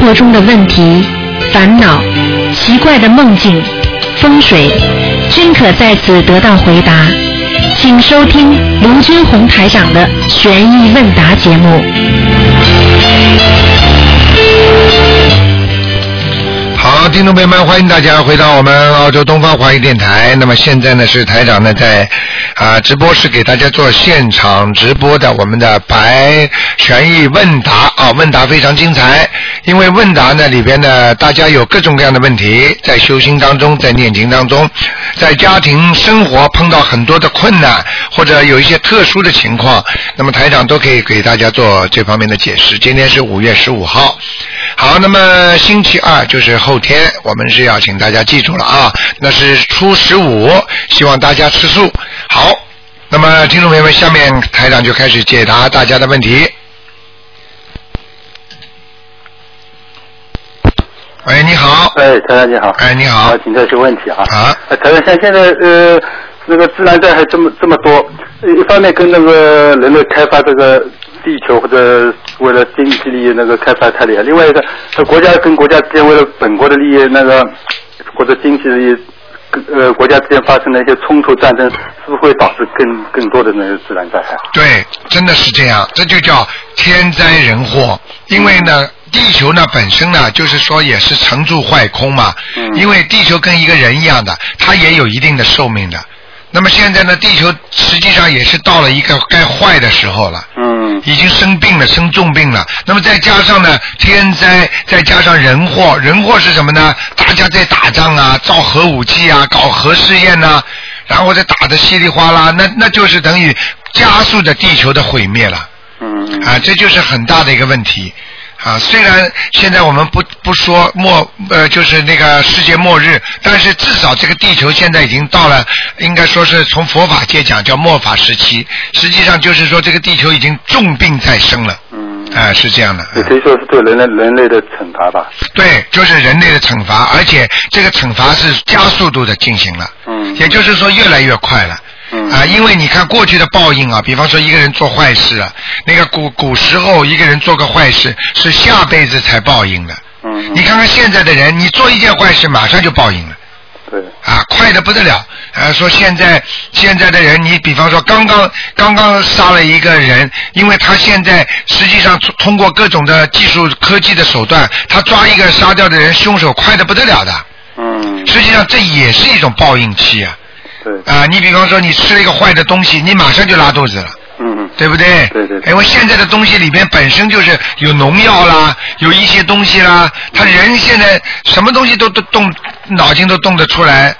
活中的问题、烦恼、奇怪的梦境、风水，均可在此得到回答。请收听卢军红台长的《悬疑问答》节目。好，听众朋友们，欢迎大家回到我们澳洲东方华语电台。那么现在呢是台长呢在啊、直播室给大家做现场直播的我们的白权益问答啊，问答非常精彩。因为问答呢里边呢大家有各种各样的问题，在修心当中，在念经当中，在家庭生活碰到很多的困难或者有一些特殊的情况，那么台长都可以给大家做这方面的解释。今天是五月十五号。好，那么星期二就是后天，我们是要请大家记住了啊，那是初十五，希望大家吃素。好，那么听众朋友们，下面台长就开始解答大家的问题。喂，你好，哎，台长你好。哎，你好啊，，请教一些问题啊。啊，呃台长，像现在呃，那个自然灾害这么这么多，呃一方面跟那个人类开发这个地球或者为了经济利益那个开发太厉害，另外一个，呃国家跟国家之间为了本国的利益那个或者经济利益。跟呃，国家之间发生的一些冲突、战争，是不是会导致更更多的那个自然灾害？对，真的是这样，这就叫天灾人祸。因为呢，地球呢本身呢，就是说也是成住坏空嘛。嗯因为地球跟一个人一样的，它也有一定的寿命的。那么现在呢，地球实际上也是到了一个该坏的时候了。嗯已经生病了，生重病了。那么再加上呢，天灾，再加上人祸，人祸是什么呢？大家在打仗啊，造核武器啊，搞核试验呐、然后再打得稀里哗啦，那那就是等于加速的地球的毁灭了嗯嗯啊，这就是很大的一个问题。啊，虽然现在我们不不说末呃，就是那个世界末日，但是至少这个地球现在已经到了，应该说是从佛法界讲叫末法时期，实际上就是说这个地球已经重病在身了。嗯，啊，是这样的。也啊可以说是对人类人类的惩罚吧。对，就是人类的惩罚，而且这个惩罚是加速度的进行了，嗯也就是说越来越快了。嗯啊，因为你看过去的报应啊，比方说一个人做坏事啊，那个古古时候一个人做个坏事是下辈子才报应的。嗯，你看看现在的人，你做一件坏事马上就报应了。对，啊，快的不得了。呃，说现在现在的人，你比方说刚刚刚刚杀了一个人，因为他现在实际上通通过各种的技术科技的手段，他抓一个杀掉的人，凶手快的不得了的。嗯，实际上这也是一种报应期啊！对，啊、你比方说你吃了一个坏的东西，你马上就拉肚子了。嗯嗯，对不对？对对对因为现在的东西里边本身就是有农药啦，有一些东西啦，他人现在什么东西都都动，脑筋都动得出来，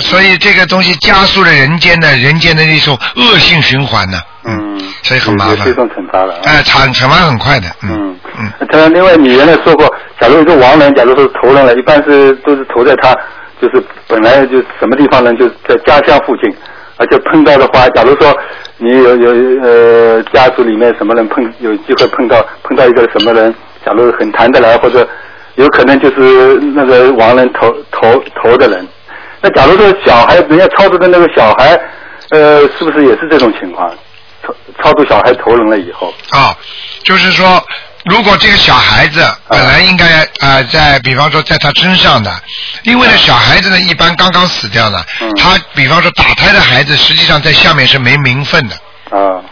所以这个东西加速了人间的人间的那种恶性循环呢、嗯，所以很麻也烦是一。种惩罚了啊。哎、产产完很快的。嗯嗯嗯， 当然，另外你原来说过，假如一个亡人，假如说是投人了，一般是都是投在他就是本来就什么地方呢，就在家乡附近，而且碰到的话，假如说你有有呃家族里面什么人碰有机会碰到碰到一个什么人，假如很谈得来，或者有可能就是那个亡人投投投的人。那假如说小孩，人家超度的那个小孩，呃，是不是也是这种情况？超超度小孩投人了以后，啊、就是说，如果这个小孩子本来应该啊、呃在比方说在他身上的，因为呢，小孩子呢一般刚刚死掉呢，啊嗯他比方说打胎的孩子，实际上在下面是没名分的。啊，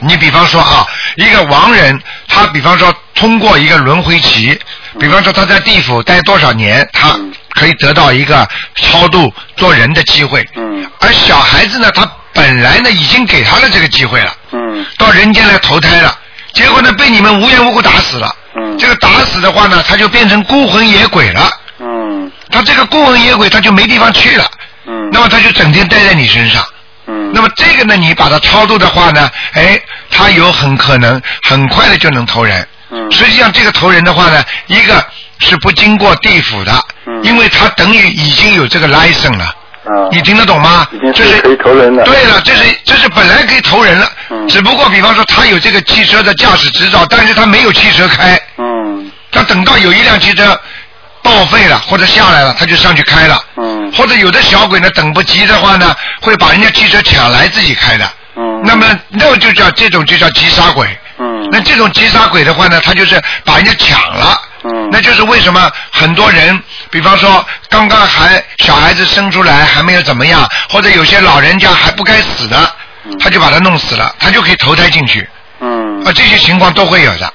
你比方说啊，一个亡人，他比方说通过一个轮回期，比方说他在地府待多少年，他嗯可以得到一个超度做人的机会。嗯而小孩子呢，他本来呢已经给他了这个机会了，嗯。到人间来投胎了，结果呢被你们无缘无故打死了。嗯这个打死的话呢，他就变成孤魂野鬼了。嗯他这个孤魂野鬼，他就没地方去了。嗯，那么他就整天待在你身上。嗯，那么这个呢，你把它超度的话呢，哎，他有很可能很快的就能投人。嗯实际上这个投人的话呢，一个是不经过地府的，嗯因为他等于已经有这个 license 了。啊，你听得懂吗已？经这是可以投人了，对了，这是这是本来可以投人了，嗯只不过比方说他有这个汽车的驾驶执照，但是他没有汽车开，嗯他等到有一辆汽车报废了或者下来了，他就上去开了。嗯或者有的小鬼呢，等不及的话呢，会把人家汽车抢来自己开的。嗯，那么，那就叫这种就叫急杀鬼。嗯，那这种急杀鬼的话呢，他就是把人家抢了，嗯那就是为什么很多人，比方说刚刚还小孩子生出来还没有怎么样，或者有些老人家还不该死的，他就把他弄死了，他就可以投胎进去嗯，啊，这些情况都会有的。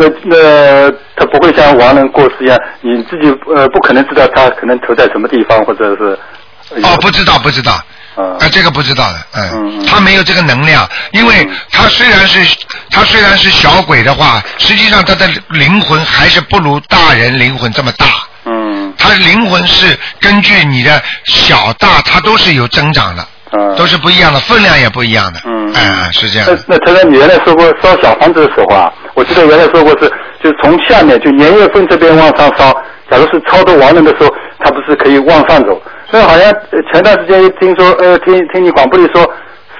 那那他不会像亡人过世一样，你自己呃不可能知道他可能投在什么地方，或者是哦，不知道，不知道。啊啊，这个不知道的，嗯哎嗯，嗯嗯他没有这个能量，因为他虽然是他虽然是小鬼的话，实际上他的灵魂还是不如大人灵魂这么大，嗯他灵魂是根据你的小大，他都是有增长的，啊都是不一样的，分量也不一样的，嗯哎，是这样那的，那台长，你原来说过烧小房子的时候啊，我记得原来说过是，就是从下面就年月份这边往上烧，假如是超度亡人的时候，他不是可以往上走？那好像呃前段时间听说，呃，听听你广播里说，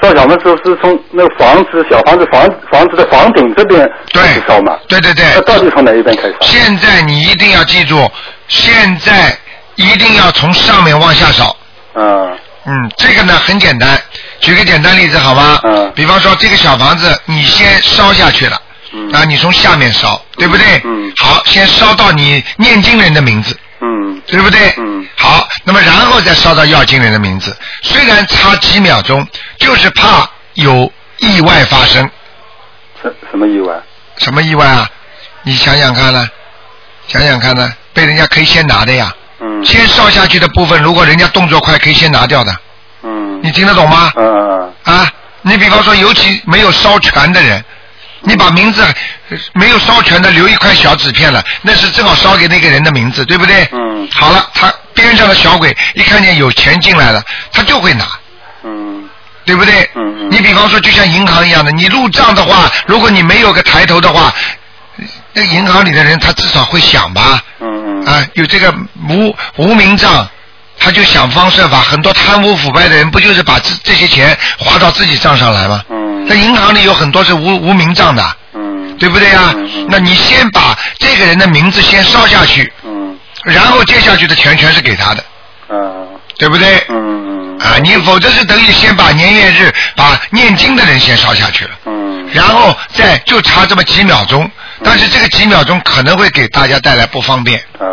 烧小房子是从那个房子小房子房房子的房顶这边对开始烧嘛？对对对那到底从哪一边开始烧？现在你一定要记住，现在一定要从上面往下扫，嗯嗯，这个呢很简单，举个简单例子好吗？嗯比方说这个小房子，你先烧下去了，嗯啊，你从下面烧，对不对？嗯好，先烧到你念经人的名字，嗯对不对？嗯好，那么然后再烧到要经人的名字，虽然差几秒钟，就是怕有意外发生。什什么意外？什么意外啊？你想想看呢、想想看呢、被人家可以先拿的呀。嗯先烧下去的部分，如果人家动作快，可以先拿掉的。嗯你听得懂吗？嗯嗯啊，你比方说，尤其没有烧全的人，你把名字呃没有烧全的留一块小纸片了，那是正好烧给那个人的名字，对不对？嗯好了，他边上的小鬼一看见有钱进来了，他就会拿，嗯对不对？嗯嗯你比方说，就像银行一样的，你入账的话，如果你没有个抬头的话，那银行里的人他至少会想吧？嗯嗯啊，有这个无无名账，他就想方设法，很多贪污腐败的人不就是把这这些钱花到自己账上来吗？嗯那银行里有很多是无无名账的，嗯，对不对呀、嗯嗯那你先把这个人的名字先烧下去，嗯然后接下去的钱全是给他的，嗯对不对？嗯嗯啊，你否则是等于先把年月日把念经的人先烧下去了，嗯然后再就差这么几秒钟，但是这个几秒钟可能会给大家带来不方便。啊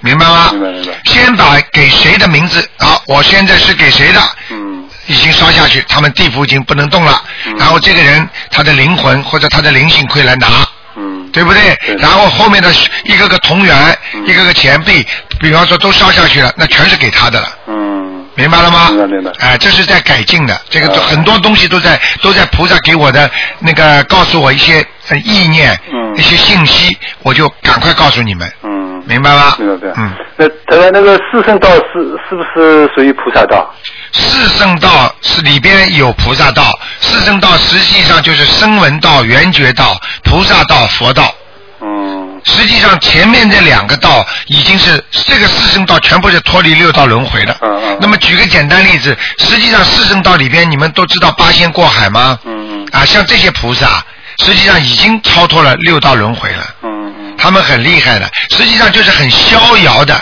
明白吗？明白明白先把给谁的名字啊，我现在是给谁的，嗯已经烧下去，他们地府已经不能动了。嗯然后这个人他的灵魂或者他的灵性会来拿，嗯对不对？对然后后面的一个个铜元、嗯一个个钱币，比方说都烧下去了，那全是给他的了。嗯明白了吗？明白明白哎、这是在改进的，这个都啊很多东西都在都在菩萨给我的那个告诉我一些呃意念、嗯一些信息，我就赶快告诉你们，嗯，明白吗？明白明白。嗯。那台湾那个四圣道是是不是属于菩萨道？四圣道是里边有菩萨道，四圣道实际上就是声闻道、缘觉道、菩萨道、佛道。嗯实际上前面这两个道已经是这个四圣道全部是脱离六道轮回的。嗯嗯那么举个简单例子，实际上四圣道里边你们都知道八仙过海吗？嗯嗯啊，像这些菩萨实际上已经超脱了六道轮回了。嗯嗯他们很厉害的，实际上就是很逍遥的，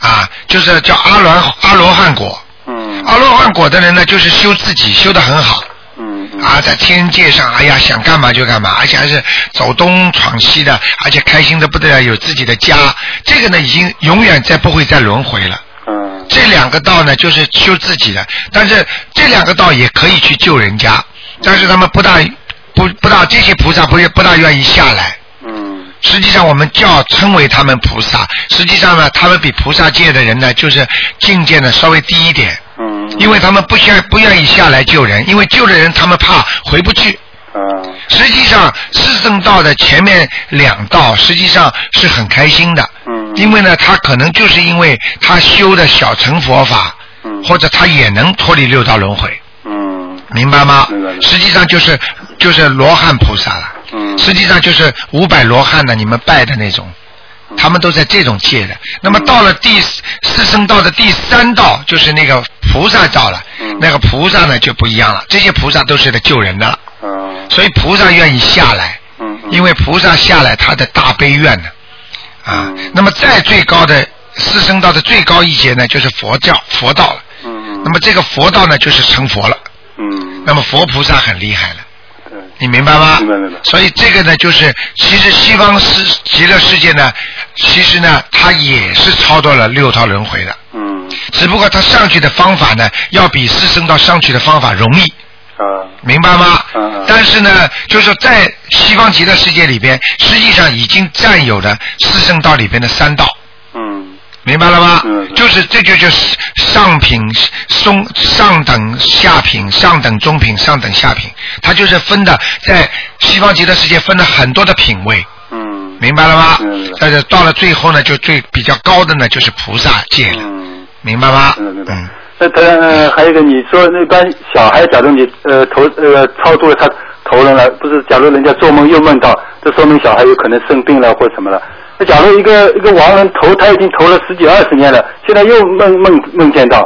啊，就是叫阿罗阿罗汉果。嗯阿罗汉果的人呢，就是修自己修得很好嗯嗯啊，在天界上，哎呀，想干嘛就干嘛，而且还是走东闯西的，而且开心的不得了，有自己的家。这个呢，已经永远再不会再轮回了。嗯这两个道呢，就是修自己的，但是这两个道也可以去救人家，但是他们不大不不大这些菩萨不是不大愿意下来。嗯实际上，我们叫称为他们菩萨。实际上呢，他们比菩萨界的人呢，就是境界呢稍微低一点。嗯，因为他们不愿不愿意下来救人，因为救了人他们怕回不去。嗯实际上，四圣道的前面两道实际上是很开心的，嗯因为呢，他可能就是因为他修的小乘佛法，嗯或者他也能脱离六道轮回，嗯明白吗明白明？白实际上就是就是罗汉菩萨了，嗯实际上就是五百罗汉呢，你们拜的那种。他们都在这种界的。那么到了第四四圣道的第三道，就是那个菩萨道了嗯。那个菩萨呢就不一样了，这些菩萨都是来救人的了，嗯所以菩萨愿意下来，嗯，因为菩萨下来他的大悲愿呢。啊嗯，那么再最高的四圣道的最高一节呢，就是佛教佛道了。嗯嗯那么这个佛道呢，就是成佛了。嗯那么佛菩萨很厉害了。对你明白吗？明白明白所以这个呢，就是其实西方世极乐世界呢，其实呢，它也是超脱了六道轮回的，嗯只不过它上去的方法呢，要比四圣道上去的方法容易。啊明白吗？嗯嗯但是呢，就是说在西方极乐世界里边，实际上已经占有了四圣道里边的三道，嗯明白了吗？嗯嗯就是这就就是上品、中上等、下品、上等中品、上等下品，它就是分的在西方极乐世界分了很多的品位，嗯明白了吗嗯嗯？但是到了最后呢，就最比较高的呢就是菩萨界了，嗯，明白吗？明白明白嗯。那他、呃、还有一个，你说那般小孩，假如你呃投呃超度了他投人了，不是？假如人家做梦又梦到，这说明小孩有可能生病了或什么了。那假如一个一个亡人投他已经投了十几二十年了，现在又梦梦梦见到，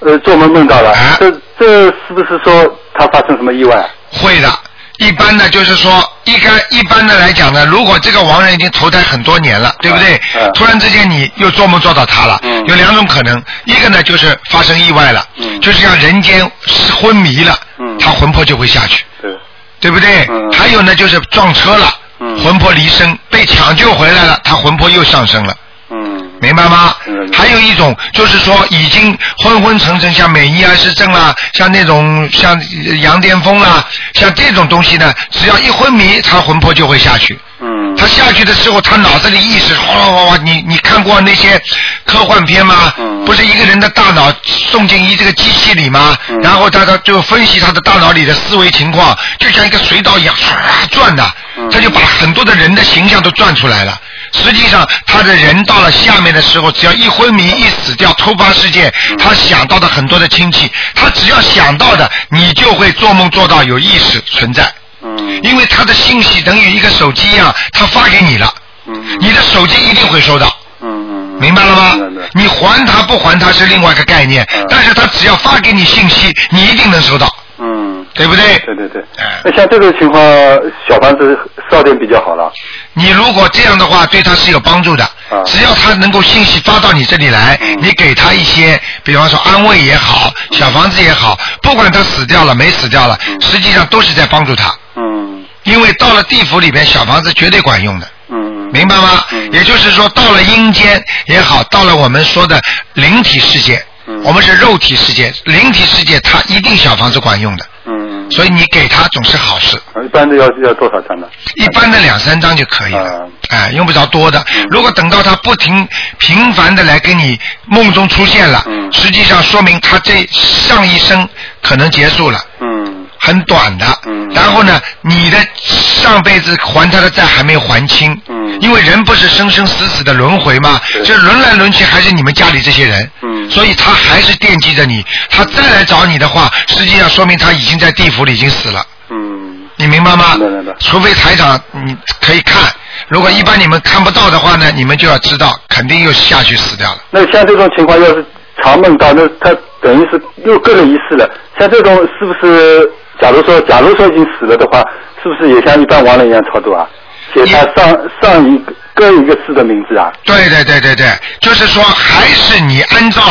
呃做梦梦到了，啊这这是不是说他发生什么意外？啊会的。一般的，就是说，一般一般的来讲呢，如果这个亡人已经投胎很多年了，对不对？嗯突然之间你又做梦做到他了，嗯有两种可能，一个呢就是发生意外了，嗯就是像人间昏迷了，嗯他魂魄就会下去，对，对不对？嗯还有呢就是撞车了，嗯魂魄离身，被抢救回来了，他魂魄又上升了。嗯，明白吗嗯？还有一种就是说已经昏昏沉沉，像美啊尼尔氏症啦，像那种像呃羊癫疯啦，像这种东西呢，只要一昏迷，他魂魄就会下去。嗯他下去的时候，他脑子里意识哗哗哗哗，你你看过那些科幻片吗？嗯不是一个人的大脑送进一这个机器里吗？嗯然后他他就分析他的大脑里的思维情况，就像一个水导一样唰转的嗯，他就把很多的人的形象都转出来了。实际上，他的人到了下面的时候，只要一昏迷、一死掉、突发事件，嗯他想到的很多的亲戚，他只要想到的，你就会做梦做到有意识存在。嗯因为他的信息等于一个手机一样，他发给你了，嗯你的手机一定会收到，嗯嗯，明白了明白吗明？白你还他不还他是另外一个概念嗯，但是他只要发给你信息，你一定能收到，嗯，对不对？对对对。哎那像这种情况，小房子烧点比较好了。你如果这样的话，对他是有帮助的嗯。只要他能够信息发到你这里来嗯，你给他一些，比方说安慰也好，小房子也好，不管他死掉了没死掉了，嗯实际上都是在帮助他，嗯因为到了地府里边，小房子绝对管用的。嗯，明白吗？嗯也就是说，到了阴间也好，到了我们说的灵体世界，嗯我们是肉体世界，灵体世界它一定小房子管用的，嗯，所以你给他总是好事。呃以一般都要要多少张呢？一般的两三张就可以了嗯，哎，用不着多的。如果等到他不停频繁的来跟你梦中出现了，嗯实际上说明他这上一生可能结束了。嗯很短的，嗯然后呢，你的上辈子还他的债还没有还清，嗯因为人不是生生死死的轮回嘛，对这轮来轮去还是你们家里这些人，嗯所以他还是惦记着你，他再来找你的话，实际上说明他已经在地府里已经死了，嗯你明白吗？明白明白除非台长你可以看，如果一般你们看不到的话呢，你们就要知道，肯定又下去死掉了。那像这种情况，要是常梦到，那他等于是又个人一世了。像这种是不是？假如说，假如说已经死了的话，是不是也像一般亡人一样超度啊？写他上上一个各一个世的名字啊？对对对对对，就是说还是你按照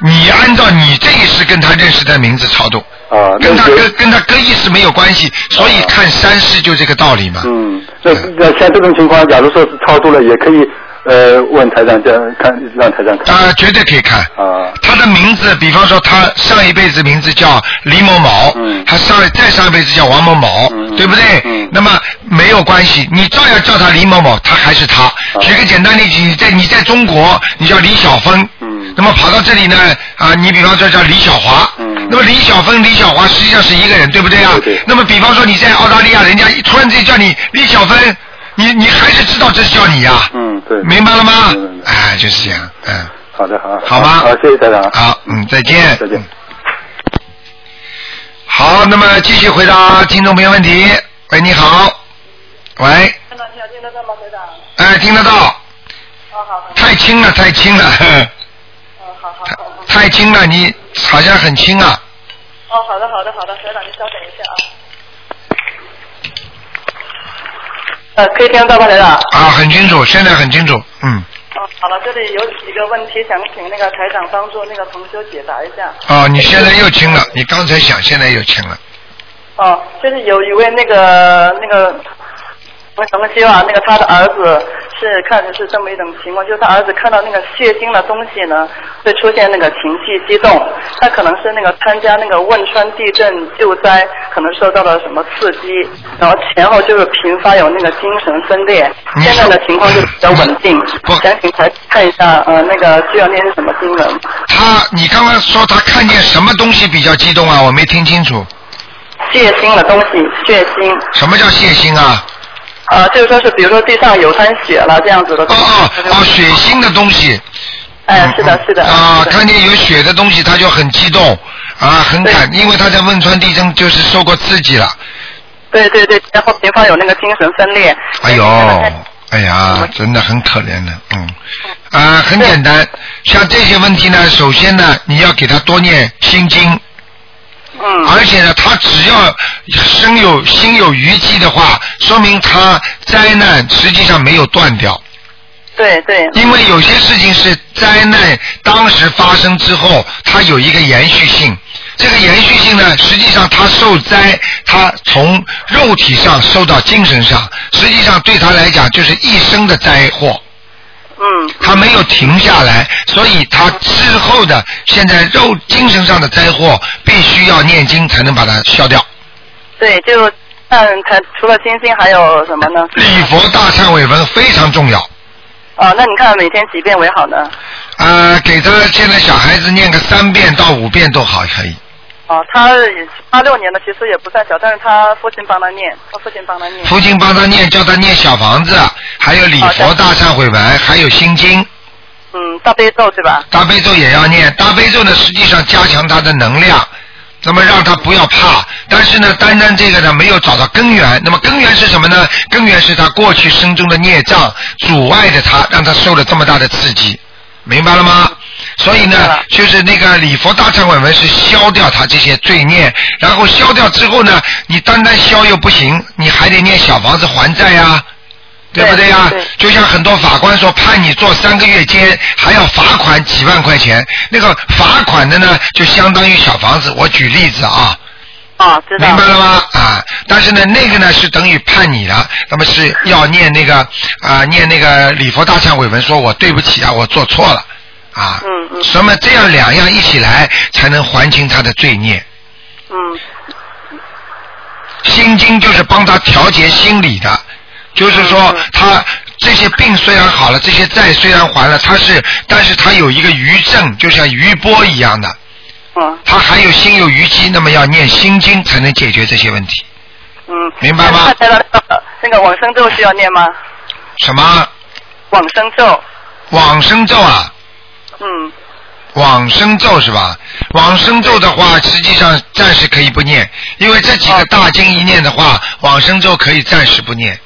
你按照你这一世跟他认识的名字超度，啊，那跟他有跟跟他跟意识没有关系，所以看三世就这个道理嘛。嗯，那那像这种情况，假如说是超度了，也可以呃问台长这样看，让台长看啊、绝对可以看。啊。他的名字，比方说他上一辈子名字叫李某某，嗯他上再上一辈子叫王某某，嗯对不对？嗯那么没有关系，你照样叫他李某某，他还是他。啊举个简单例子，你在你在中国，你叫李小芬，嗯那么跑到这里呢，啊，你比方说叫李小华，嗯那么李小芬、李小华实际上是一个人，对不对啊？对对那么比方说你在澳大利亚，人家一突然之间叫你李小芬，你你还是知道这是叫你呀、啊嗯，对。明白了吗嗯？哎，就是这样，嗯。好的，好。好吗好，谢谢台长。好，嗯，再见。再见。好，那么继续回答听众朋友问题。喂，你好。喂，听得见，听得到吗，台长？哎，听得到？哦，好好，太轻了，太轻了，呵嗯，好好好好。太轻了，你好像很轻啊。哦，好的，好的，好的，台长，您稍等一下啊。呃，可以听得到吗，台长？啊，很清楚，现在很清楚，嗯。哦，好了，这里有几个问题想请那个台长帮助那个同修解答一下。哦，你现在又轻了，你刚才想，现在又轻了。哦，哦，就是有一位那个那个我什么希望那个他的儿子是看着是这么一种情况，就是他儿子看到那个血腥的东西呢，会出现那个情绪激动，他可能是那个参加那个汶川地震救灾，可能受到了什么刺激，然后前后就是频发有那个精神分裂，你现在的情况就比较稳定不。想请台看一下，呃，那个需要念是什么经文？他，你刚刚说他看见什么东西比较激动啊？我没听清楚。血腥的东西，血腥。什么叫血腥啊？呃，就是说是，比如说地上有滩血了这样子的哦东西。哦哦，血腥的东西。哎，是的，是的。啊，是的看见有血的东西，他就很激动啊，很感，因为他在汶川地震就是受过刺激了。对对对，然后平方有那个精神分裂。哎呦嗯，哎呀，真的很可怜的，嗯，啊，很简单，像这些问题呢，首先呢，你要给他多念心经，嗯，而且呢，他只要身有心有余悸的话，说明他灾难实际上没有断掉。对对，因为有些事情是灾难当时发生之后，它有一个延续性。这个延续性呢，实际上他受灾，他从肉体上受到精神上，实际上对他来讲就是一生的灾祸，嗯他没有停下来，所以他之后的现在肉精神上的灾祸，必须要念经才能把它消掉。对，就看台除了金星还有什么呢？礼佛大忏悔文非常重要，啊，那你看每天几遍为好呢？呃，给他现在小孩子念个三遍到五遍都好可以。哦，他八六年的其实也不算小，但是他父亲帮他念，他父亲帮他念。父亲帮他念，叫他念小房子，还有礼佛好的大忏悔文，还有心经，嗯，大悲咒对吧？大悲咒也要念。大悲咒呢，实际上加强他的能量，那么让他不要怕。但是呢，单单这个呢，没有找到根源。那么根源是什么呢？根源是他过去生中的孽障阻碍着他，让他受了这么大的刺激，明白了吗？所以呢明白了，就是那个礼佛大忏悔文是消掉他这些罪孽，然后消掉之后呢，你单单消又不行，你还得念小房子还债啊呀、对不对呀、对对就像很多法官说判你坐三个月监，还要罚款几万块钱，那个罚款的呢，就相当于小房子。我举例子啊，啊，知道明。白了吗？啊，但是呢，那个呢是等于判你了，那么是要念那个啊、念那个礼佛大忏悔文，说我对不起啊，我做错了啊。嗯嗯什么这样两样一起来，才能还清他的罪孽。嗯，心经就是帮他调节心理的，就是嗯说他这些病虽然好了，这些债虽然还了，他是，但是他有一个余症，就像余波一样的，嗯他还有心有余悸，那么要念心经才能解决这些问题。嗯。明白吗那台长那个那个往生咒需要念吗？什么往生咒，往生咒啊？嗯，往生咒是吧？往生咒的话，实际上暂时可以不念，因为这几哦个大经一念的话，往生咒可以暂时不念，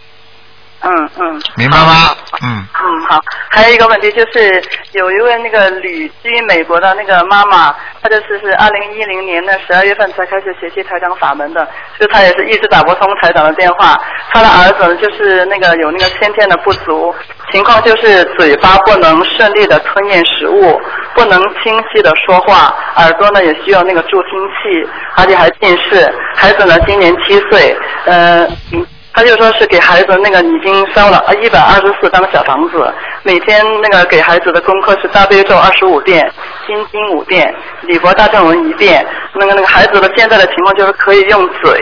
嗯嗯。明白吗？嗯，嗯，好。还有一个问题就是，有一位那个旅居美国的那个妈妈，她就是是二零一零年的十二月份才开始学习台长法门的，就她也是一直打不通台长的电话。她的儿子就是那个有那个先天的不足，情况就是嘴巴不能顺利的吞咽食物，不能清晰的说话，耳朵呢也需要那个助听器，而且还近视。孩子呢今年七岁，呃。嗯他就说是给孩子那个已经烧了啊一百二十四张小房子，每天那个给孩子的功课是大悲咒二十五遍，心经五遍，礼佛大正文一遍。那个那个孩子的现在的情况就是可以用嘴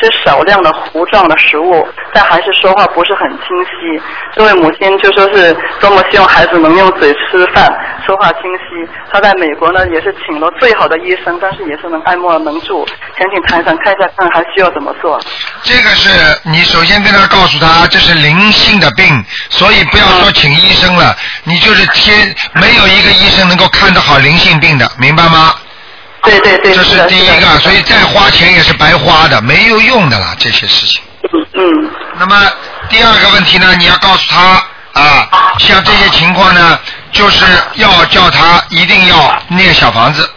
吃少量的糊状的食物，但还是说话不是很清晰。这位母亲就说是多么希望孩子能用嘴吃饭，说话清晰。她在美国呢也是请了最好的医生，但是也是能爱莫能助。想请台长看一下看还需要怎么做。这个是你首先跟他告诉他这是灵性的病，所以不要说请医生了，你就是天没有一个医生能够看得好灵性病的，明白吗？对对对，这是的第一的个，所以再花钱也是白花的，没有用的啦，这些事情。嗯那么第二个问题呢，你要告诉他啊，像这些情况呢，就是要叫他一定要念小房子，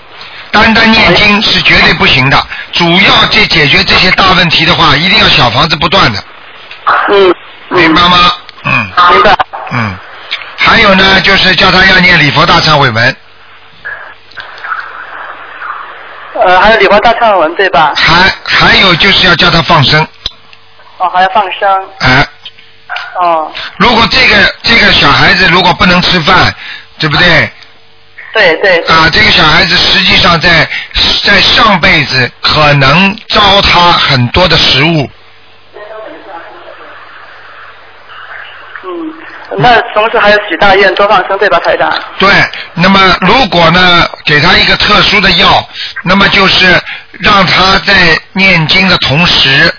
单单念经是绝对不行的。主要这解决这些大问题的话，一定要小房子不断的，嗯，明白吗？嗯明白。嗯。还有呢，就是叫他要念礼佛大忏悔文，呃，还有礼佛大忏文对吧？还还有就是要叫他放生，哦，还要放生，哎，哦，如果这个这个小孩子如果不能吃饭，对不对？对对，啊，这个小孩子实际上在在上辈子可能糟蹋很多的食物，嗯，那同时还有许大愿多放生对吧，台长？对，那么如果呢，给他一个特殊的药，那么就是让他在念经的同时，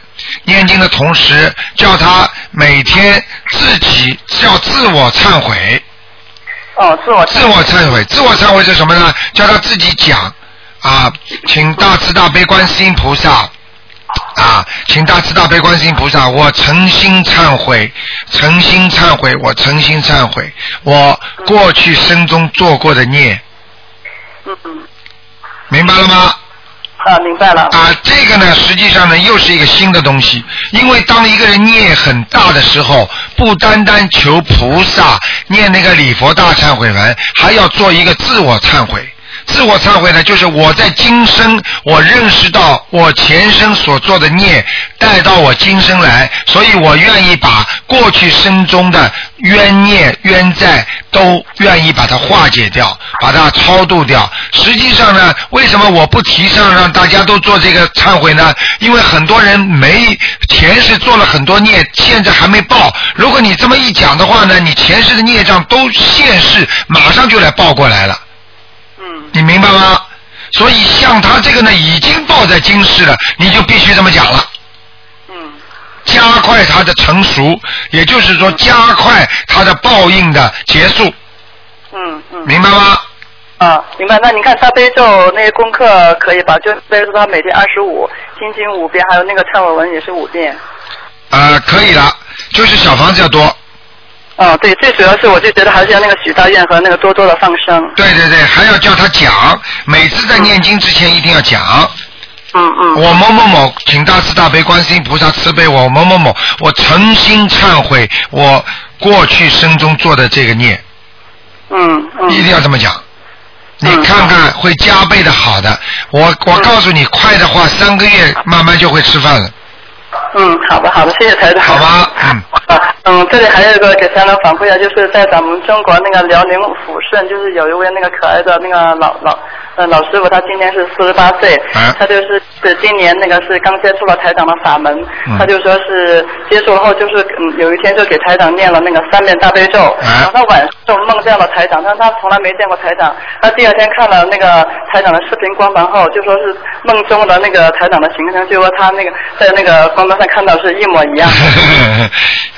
念经的同时，叫他每天自己要自我忏悔，哦，自我忏自我忏悔，自我忏悔是什么呢？叫他自己讲啊，请大慈大悲观世音菩萨。啊，请大慈大悲观世音菩萨，我诚心忏悔，诚心忏悔，我诚心忏悔，我过去生中做过的孽，嗯嗯，明白了吗？啊，明白了，啊，这个呢，实际上呢，又是一个新的东西。因为当一个人孽很大的时候，不单单求菩萨念那个礼佛大忏悔文，还要做一个自我忏悔。自我忏悔呢，就是我在今生，我认识到我前生所做的孽带到我今生来，所以我愿意把过去生中的冤孽冤债都愿意把它化解掉，把它超度掉。实际上呢，为什么我不提倡让大家都做这个忏悔呢？因为很多人没前世做了很多孽，现在还没报。如果你这么一讲的话呢，你前世的孽障都现世马上就来报过来了。嗯，你明白吗？所以像他这个呢，已经报在今世了，你就必须这么讲了，嗯，加快他的成熟，也就是说加快他的报应的结束，嗯嗯。明白吗？啊，明白。那你看大悲咒那些功课可以吧？就大悲咒他每天二十五，心经五遍，还有那个忏悔文也是五遍。呃，可以了，就是小房子要多，哦，对，最主要是我就觉得还是要那个许大愿和那个多多的放生。对对对，还要叫他讲，每次在念经之前一定要讲，嗯嗯我某某某，请大慈大悲观世音菩萨慈悲我某某某，我诚心忏悔我过去生中做的这个孽，嗯一定嗯。要这么讲。你嗯看看会加倍的好的，我我告诉你，快的话三个月慢慢就会吃饭了，嗯，好的好的，谢谢台长。好 吧？嗯，啊，嗯，这里还有一个给台长反馈一下，就是在咱们中国那个辽宁抚顺，就是有一位那个可爱的那个老老呃老师傅，他今年是四十八岁，哎他就是是今年那个是刚接触了台长的法门，嗯他就说是接触了后就是嗯有一天就给台长念了那个三遍大悲咒，哎然后他晚上就梦见了台长，但他从来没见过台长，他第二天看了那个台长的视频光盘后，就说是梦中的那个台长的形象，就和他那个在那个光盘上看到是一模一样。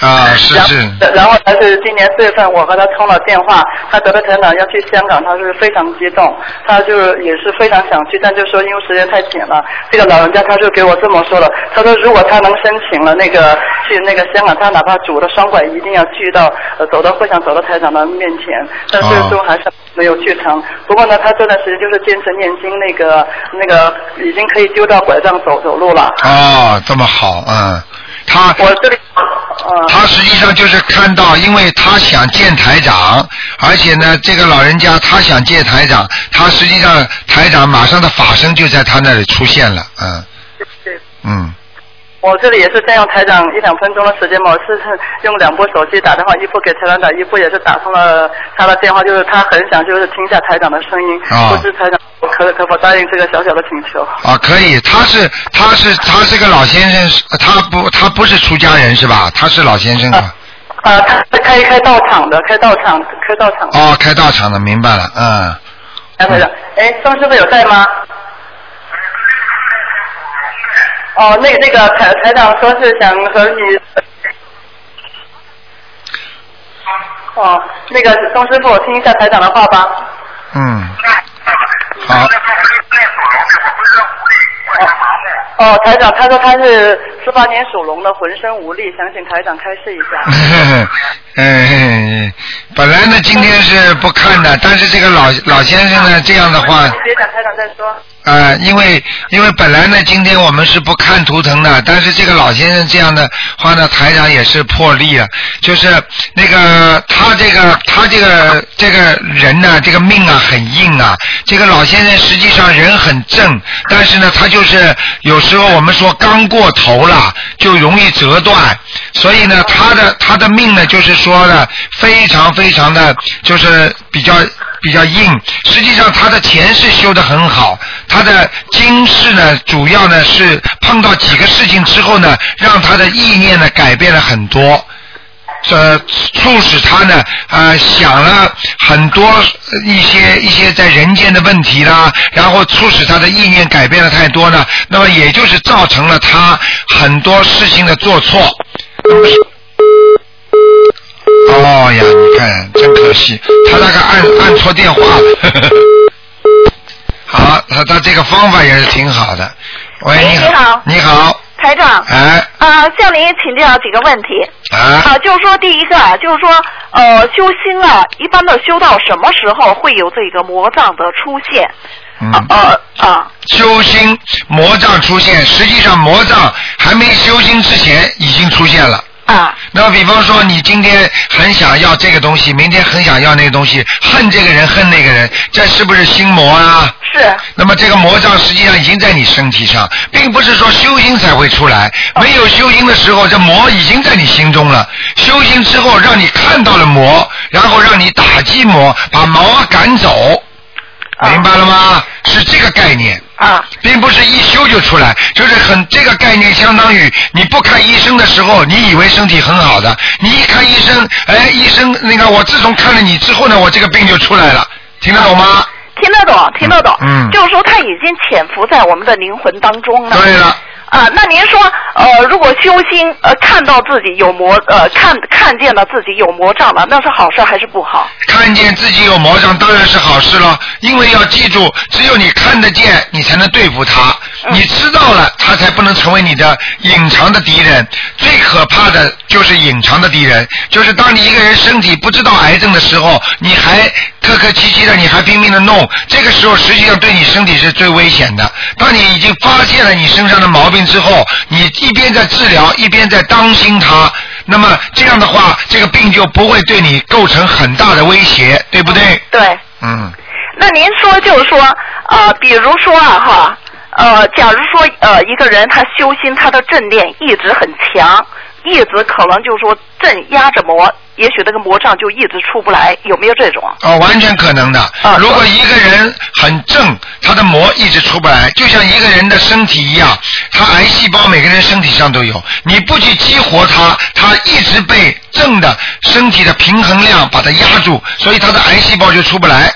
啊，是然是，然后他是今年四月份，我和他通了电话，他得了台长要去香港，他是非常激动，他就是也是非常想去，但就说因为时间太紧了，这个老人家他就给我这么说了，他说如果他能申请了那个去那个香港，他哪怕拄着双拐，一定要去到呃走到会上走到台长的面前，但嗯是哦都还是没有去成。不过呢，他这段时间就是坚持念经，那个那个已经可以丢掉拐杖走走路了。哦，这么好，嗯，他我这里，嗯。他实际上就是看到，因为他想见台长，而且呢，这个老人家他想见台长，他实际上台长马上的法身就在他那里出现了，嗯对嗯，我这里也是占用台长一两分钟的时间嘛，我是用两部手机打电话，一部给台长打，一部也是打通了他的电话，就是他很想就是听一下台长的声音，啊不知台长可可否答应这个小小的请求？啊，可以，他是他是他是个老先生，是他不他不是出家人是吧？他是老先生啊。呃，他是开开道场的，开道场，开道场的。哦，开道场的，明白了，嗯。 哎，台长，哎，宋师傅有在吗？哦，那那个台台长说是想和你。哦，那个宋师傅，我听一下台长的话吧。嗯，好，哦，台长，他说他是四八年属龙的浑身无力，想请台长开示一下。嗯，本来呢今天是不看的，但是这个老老先生呢这样的话，别讲台长再说。呃，因为因为本来呢，今天我们是不看图腾的，但是这个老先生这样的话呢，台长也是破例了，就是那个他这个他这个这个人呢、这个命啊很硬啊，这个老先生实际上人很正，但是呢，他就是有时候我们说刚过头了，就容易折断，所以呢，他的他的命呢，就是说呢，非常非常的就是比较比较硬，实际上他的前世修得很好，他的今世呢，主要呢是碰到几个事情之后呢，让他的意念呢改变了很多。这促使他呢，啊想了很多呃一些一些在人间的问题啦，然后促使他的意念改变了太多呢，那么也就是造成了他很多事情的做错。那么是哦呀，你看，真可惜，他大概按按错电话 了。好，他他这个方法也是挺好的。喂，喂你好，你好，台长，哎呃，向您请教几个问题啊、哎，就是说第一个啊，就是说呃，修心啊，一般的修到什么时候会有这个魔障的出现？嗯。呃啊修心魔障出现，实际上魔障还没修心之前已经出现了。啊那比方说，你今天很想要这个东西，明天很想要那个东西，恨这个人恨那个人，这是不是心魔啊？是那么这个魔障实际上已经在你身体上，并不是说修心才会出来，哦没有修心的时候，这魔已经在你心中了。修心之后，让你看到了魔，然后让你打击魔，把魔赶走，啊明白了吗？是这个概念。啊并不是一修就出来，就是很这个概念，相当于你不看医生的时候，你以为身体很好的，你一看医生，哎，医生那个我自从看了你之后呢，我这个病就出来了，听得懂吗？听得懂听得懂，嗯就是说它已经潜伏在我们的灵魂当中了。对了，啊，那您说，呃，如果修心，呃，看到自己有魔，呃，看看见了自己有魔障了，那是好事还是不好？看见自己有魔障当然是好事了，因为要记住，只有你看得见，你才能对付它。嗯你知道了，它才不能成为你的隐藏的敌人。最可怕的就是隐藏的敌人，就是当你一个人身体不知道癌症的时候，你还哎客客气气的，你还拼命的弄，这个时候实际上对你身体是最危险的。当你已经发现了你身上的毛病之后，你一边在治疗，一边在当心它。那么这样的话，这个病就不会对你构成很大的威胁，对不对？对，嗯，那您说就是说，呃，比如说啊哈，呃，假如说呃一个人他修心，他的正念一直很强，一直可能就是说镇压着魔，也许那个魔障就一直出不来，有没有这种？哦，完全可能的啊。如果一个人很正，他的膜一直出不来，就像一个人的身体一样，他癌细胞每个人身体上都有，你不去激活它，它一直被正的身体的平衡量把它压住，所以他的癌细胞就出不来，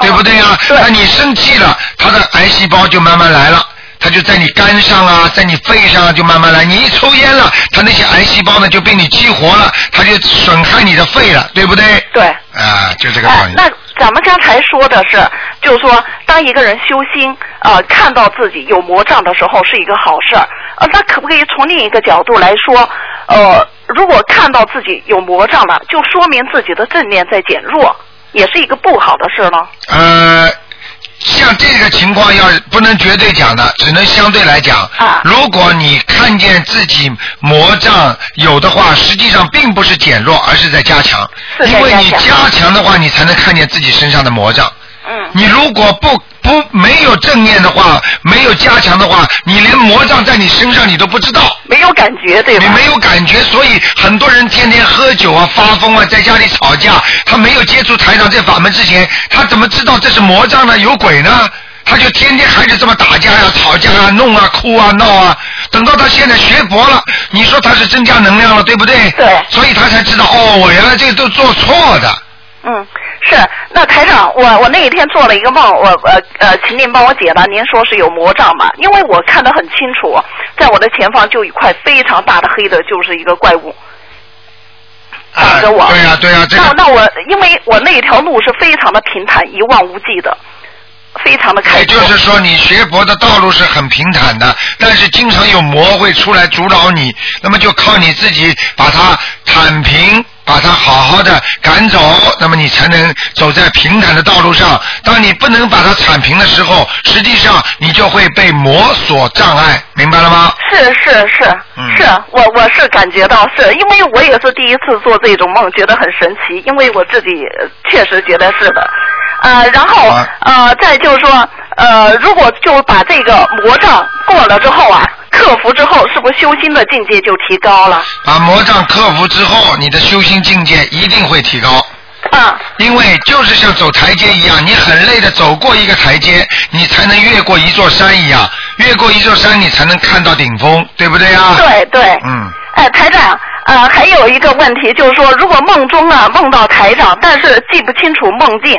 对不对啊？哦对那你生气了，他的癌细胞就慢慢来了。它就在你肝上啊，在你肺上啊，就慢慢来。你一抽烟了，它那些癌细胞呢就被你激活了，它就损害你的肺了，对不对？对。啊，就这个道哎理，。那咱们刚才说的是，就是说，当一个人修心，呃，看到自己有魔障的时候是一个好事儿。呃，那可不可以从另一个角度来说，呃，如果看到自己有魔障了，就说明自己的正念在减弱，也是一个不好的事呢？呃，像这个情况要不能绝对讲的，只能相对来讲。啊如果你看见自己魔障有的话，实际上并不是减弱，而是在加强。是在因为你加强加强的话，你才能看见自己身上的魔障。嗯，你如果不不没有正念的话，没有加强的话，你连魔障在你身上你都不知道。没有感觉，对吧你？没有感觉，所以很多人天天喝酒啊、发疯啊，在家里吵架。他没有接触台长这法门之前，他怎么知道这是魔障呢？有鬼呢？他就天天还是这么打架呀、吵架啊、弄啊、哭啊、闹啊。等到他现在学佛了，你说他是增加能量了，对不对？对所以他才知道哦，我原来这都做错的。嗯，是。那台长，我我那一天做了一个梦，我呃呃，请您帮我解答。您说是有魔障嘛？因为我看得很清楚，在我的前方就一块非常大的黑的，就是一个怪物挡着我。哎对呀、对呀、这那个那我因为我那一条路是非常的平坦，一望无际的。非常的开也阔。就是说，你学佛的道路是很平坦的，但是经常有魔会出来阻扰你，那么就靠你自己把它铲平，把它好好的赶走，那么你才能走在平坦的道路上。当你不能把它铲平的时候，实际上你就会被魔所障碍，明白了吗？是是是嗯是，我我是感觉到是，因为我也是第一次做这种梦，觉得很神奇，因为我自己呃确实觉得是的。呃，然后好啊呃，再就是说，呃，如果就把这个魔障过了之后啊，克服之后，是不是修心的境界就提高了？把魔障克服之后，你的修心境界一定会提高。啊，因为就是像走台阶一样，你很累的走过一个台阶，你才能越过一座山一样，越过一座山你才能看到顶峰，对不对啊？。对对，嗯，哎，台长，呃，还有一个问题就是说，如果梦中啊梦到台长，但是记不清楚梦境，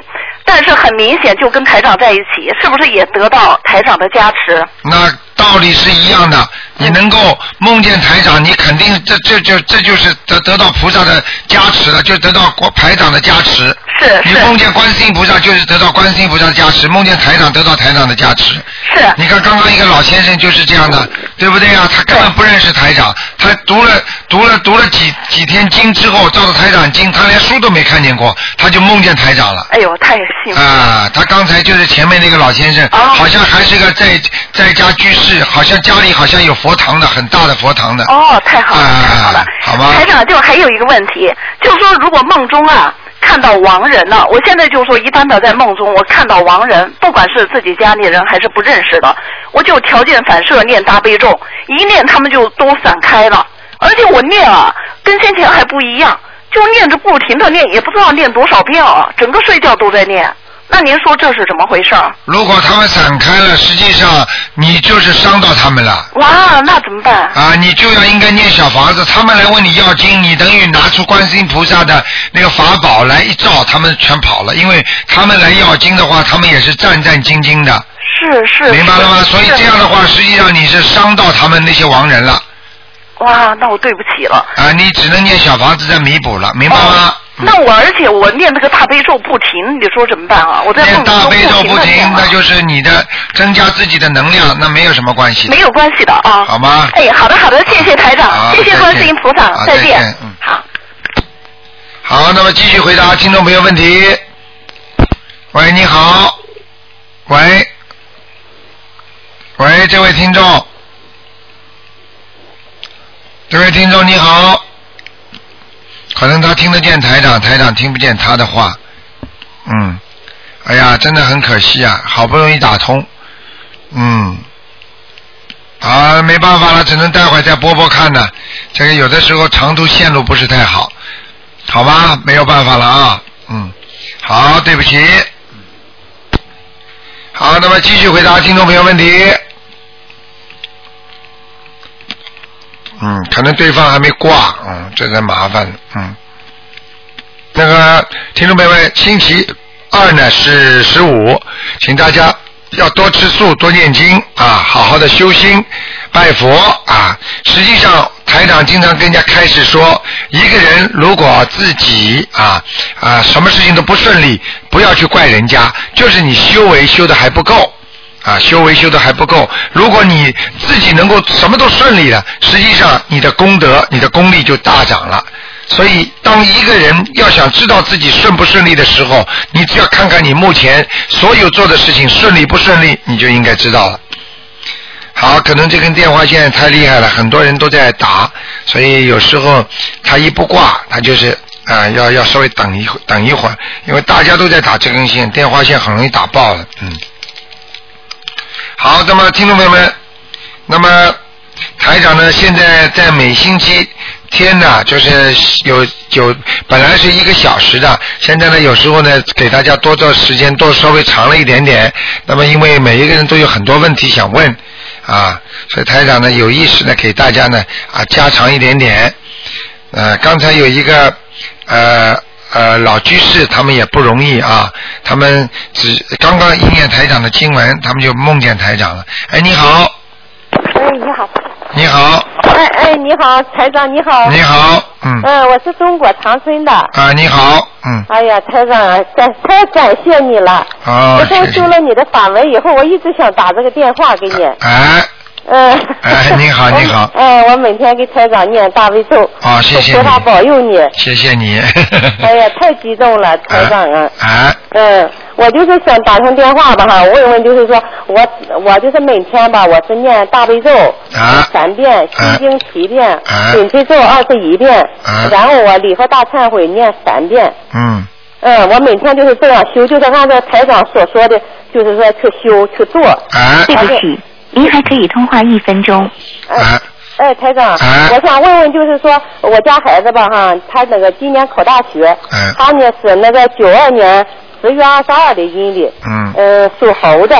但是很明显就跟台长在一起，是不是也得到台长的加持？那道理是一样的。嗯你能够梦见台长，你肯定这这就这就是得得到菩萨的加持了，就得到国排长的加持。是你是梦见观世音菩萨，就是得到观世音菩萨的加持；梦见台长，得到台长的加持。是你看刚刚一个老先生就是这样的，对不对啊？他根本不认识台长，他读了读了读了几几天经之后，照着台长经，他连书都没看见过，他就梦见台长了。哎呦，太幸福了！啊，他刚才就是前面那个老先生，哦好像还是个在在家居士，好像家里好像有佛堂的，很大的佛堂的。哦，太好了，太好了啊。好吧台长，就还有一个问题，就是说，如果梦中啊看到亡人了，我现在就说，一般的在梦中我看到亡人，不管是自己家里人还是不认识的，我就条件反射念大悲咒，一念他们就都散开了，而且我念啊跟先前还不一样，就念着不停的念，也不知道念多少遍啊，整个睡觉都在念。那您说这是怎么回事儿？如果他们散开了，实际上你就是伤到他们了。哇，那怎么办？啊，你就要应该念小房子，他们来问你要经，你等于拿出观世音菩萨的那个法宝来一照，他们全跑了，因为他们来要经的话，他们也是战战兢兢的，是是。明白了吗？是所以是这样的话，实际上你是伤到他们那些亡人了哇，那我对不起了。啊，你只能念小房子再弥补了，明白吗哦？那我而且我念那个大悲咒不停，你说怎么办啊？我在念梦中大悲咒不不地停念，啊那就是你的增加自己的能量，那没有什么关系的没，有关系的啊。好吗？哎，好的好的，谢谢台好长，谢谢再见观世音菩萨好，再啊再见嗯好，好，那么继续回答听众朋友问题。喂，你好，喂，喂，这位听众，这位听众你好，可能他听得见台长，台长听不见他的话，嗯，哎呀，真的很可惜啊，好不容易打通，嗯，啊，没办法了，只能待会儿再播播看呢，这个有的时候长途线路不是太好，好吧，没有办法了啊，嗯，好，对不起。好，那么继续回答听众朋友问题。嗯，可能对方还没挂，嗯，这才麻烦了，嗯。那个听众朋友们，星期二呢是十五，请大家要多吃素、多念经啊，好好的修心、拜佛啊。实际上，台长经常跟人家开始说，一个人如果自己啊啊什么事情都不顺利，不要去怪人家，就是你修为修的还不够。啊，修为修的还不够。如果你自己能够什么都顺利了，实际上你的功德、你的功力就大涨了。所以，当一个人要想知道自己顺不顺利的时候，你只要看看你目前所有做的事情顺利不顺利，你就应该知道了。好，可能这根电话线太厉害了，很多人都在打，所以有时候它一不挂，它就是啊、要要稍微等一会等一会儿，因为大家都在打这根线，电话线很容易打爆了，嗯。好，那么听众朋友们，那么台长呢，现在在每星期天呢，就是有有本来是一个小时的，现在呢有时候呢给大家多做时间，多稍微长了一点点。那么因为每一个人都有很多问题想问啊，所以台长呢有意识呢给大家呢啊加长一点点。呃，刚才有一个呃呃老居士，他们也不容易啊，他们只刚刚一念台长的经文，他们就梦见台长了。哎，你好，哎，你好，你好，哎哎，你你好，台长你好。你好，嗯，嗯，我是中国长春的。啊，你好，嗯，哎呀，台长啊，感太感谢你了！好，我啊谢在谢修了你的法门以后，我一直想打这个电话给你。哎，嗯。哎你好你好我哎，我每天给台长念大悲咒。好谢谢菩萨你保佑 你。谢谢你。哎呀，太激动了，台长啊。哎，嗯，我就是想打通电话吧哈，问问就是说我我就是每天吧，我是念大悲咒、啊三遍，心经七遍啊，准提咒二十一遍，啊然后我礼佛大忏悔念三遍。嗯，嗯，我每天就是这样修，就是按照台长所说的，就是说去修去做。哎，对不起，您还可以通话一分钟。哎，哎，台长，啊我想问问，就是说我家孩子吧哈，他那个今年考大学，嗯他呢是那个九二年十月二十二的阴历，嗯呃，属猴的。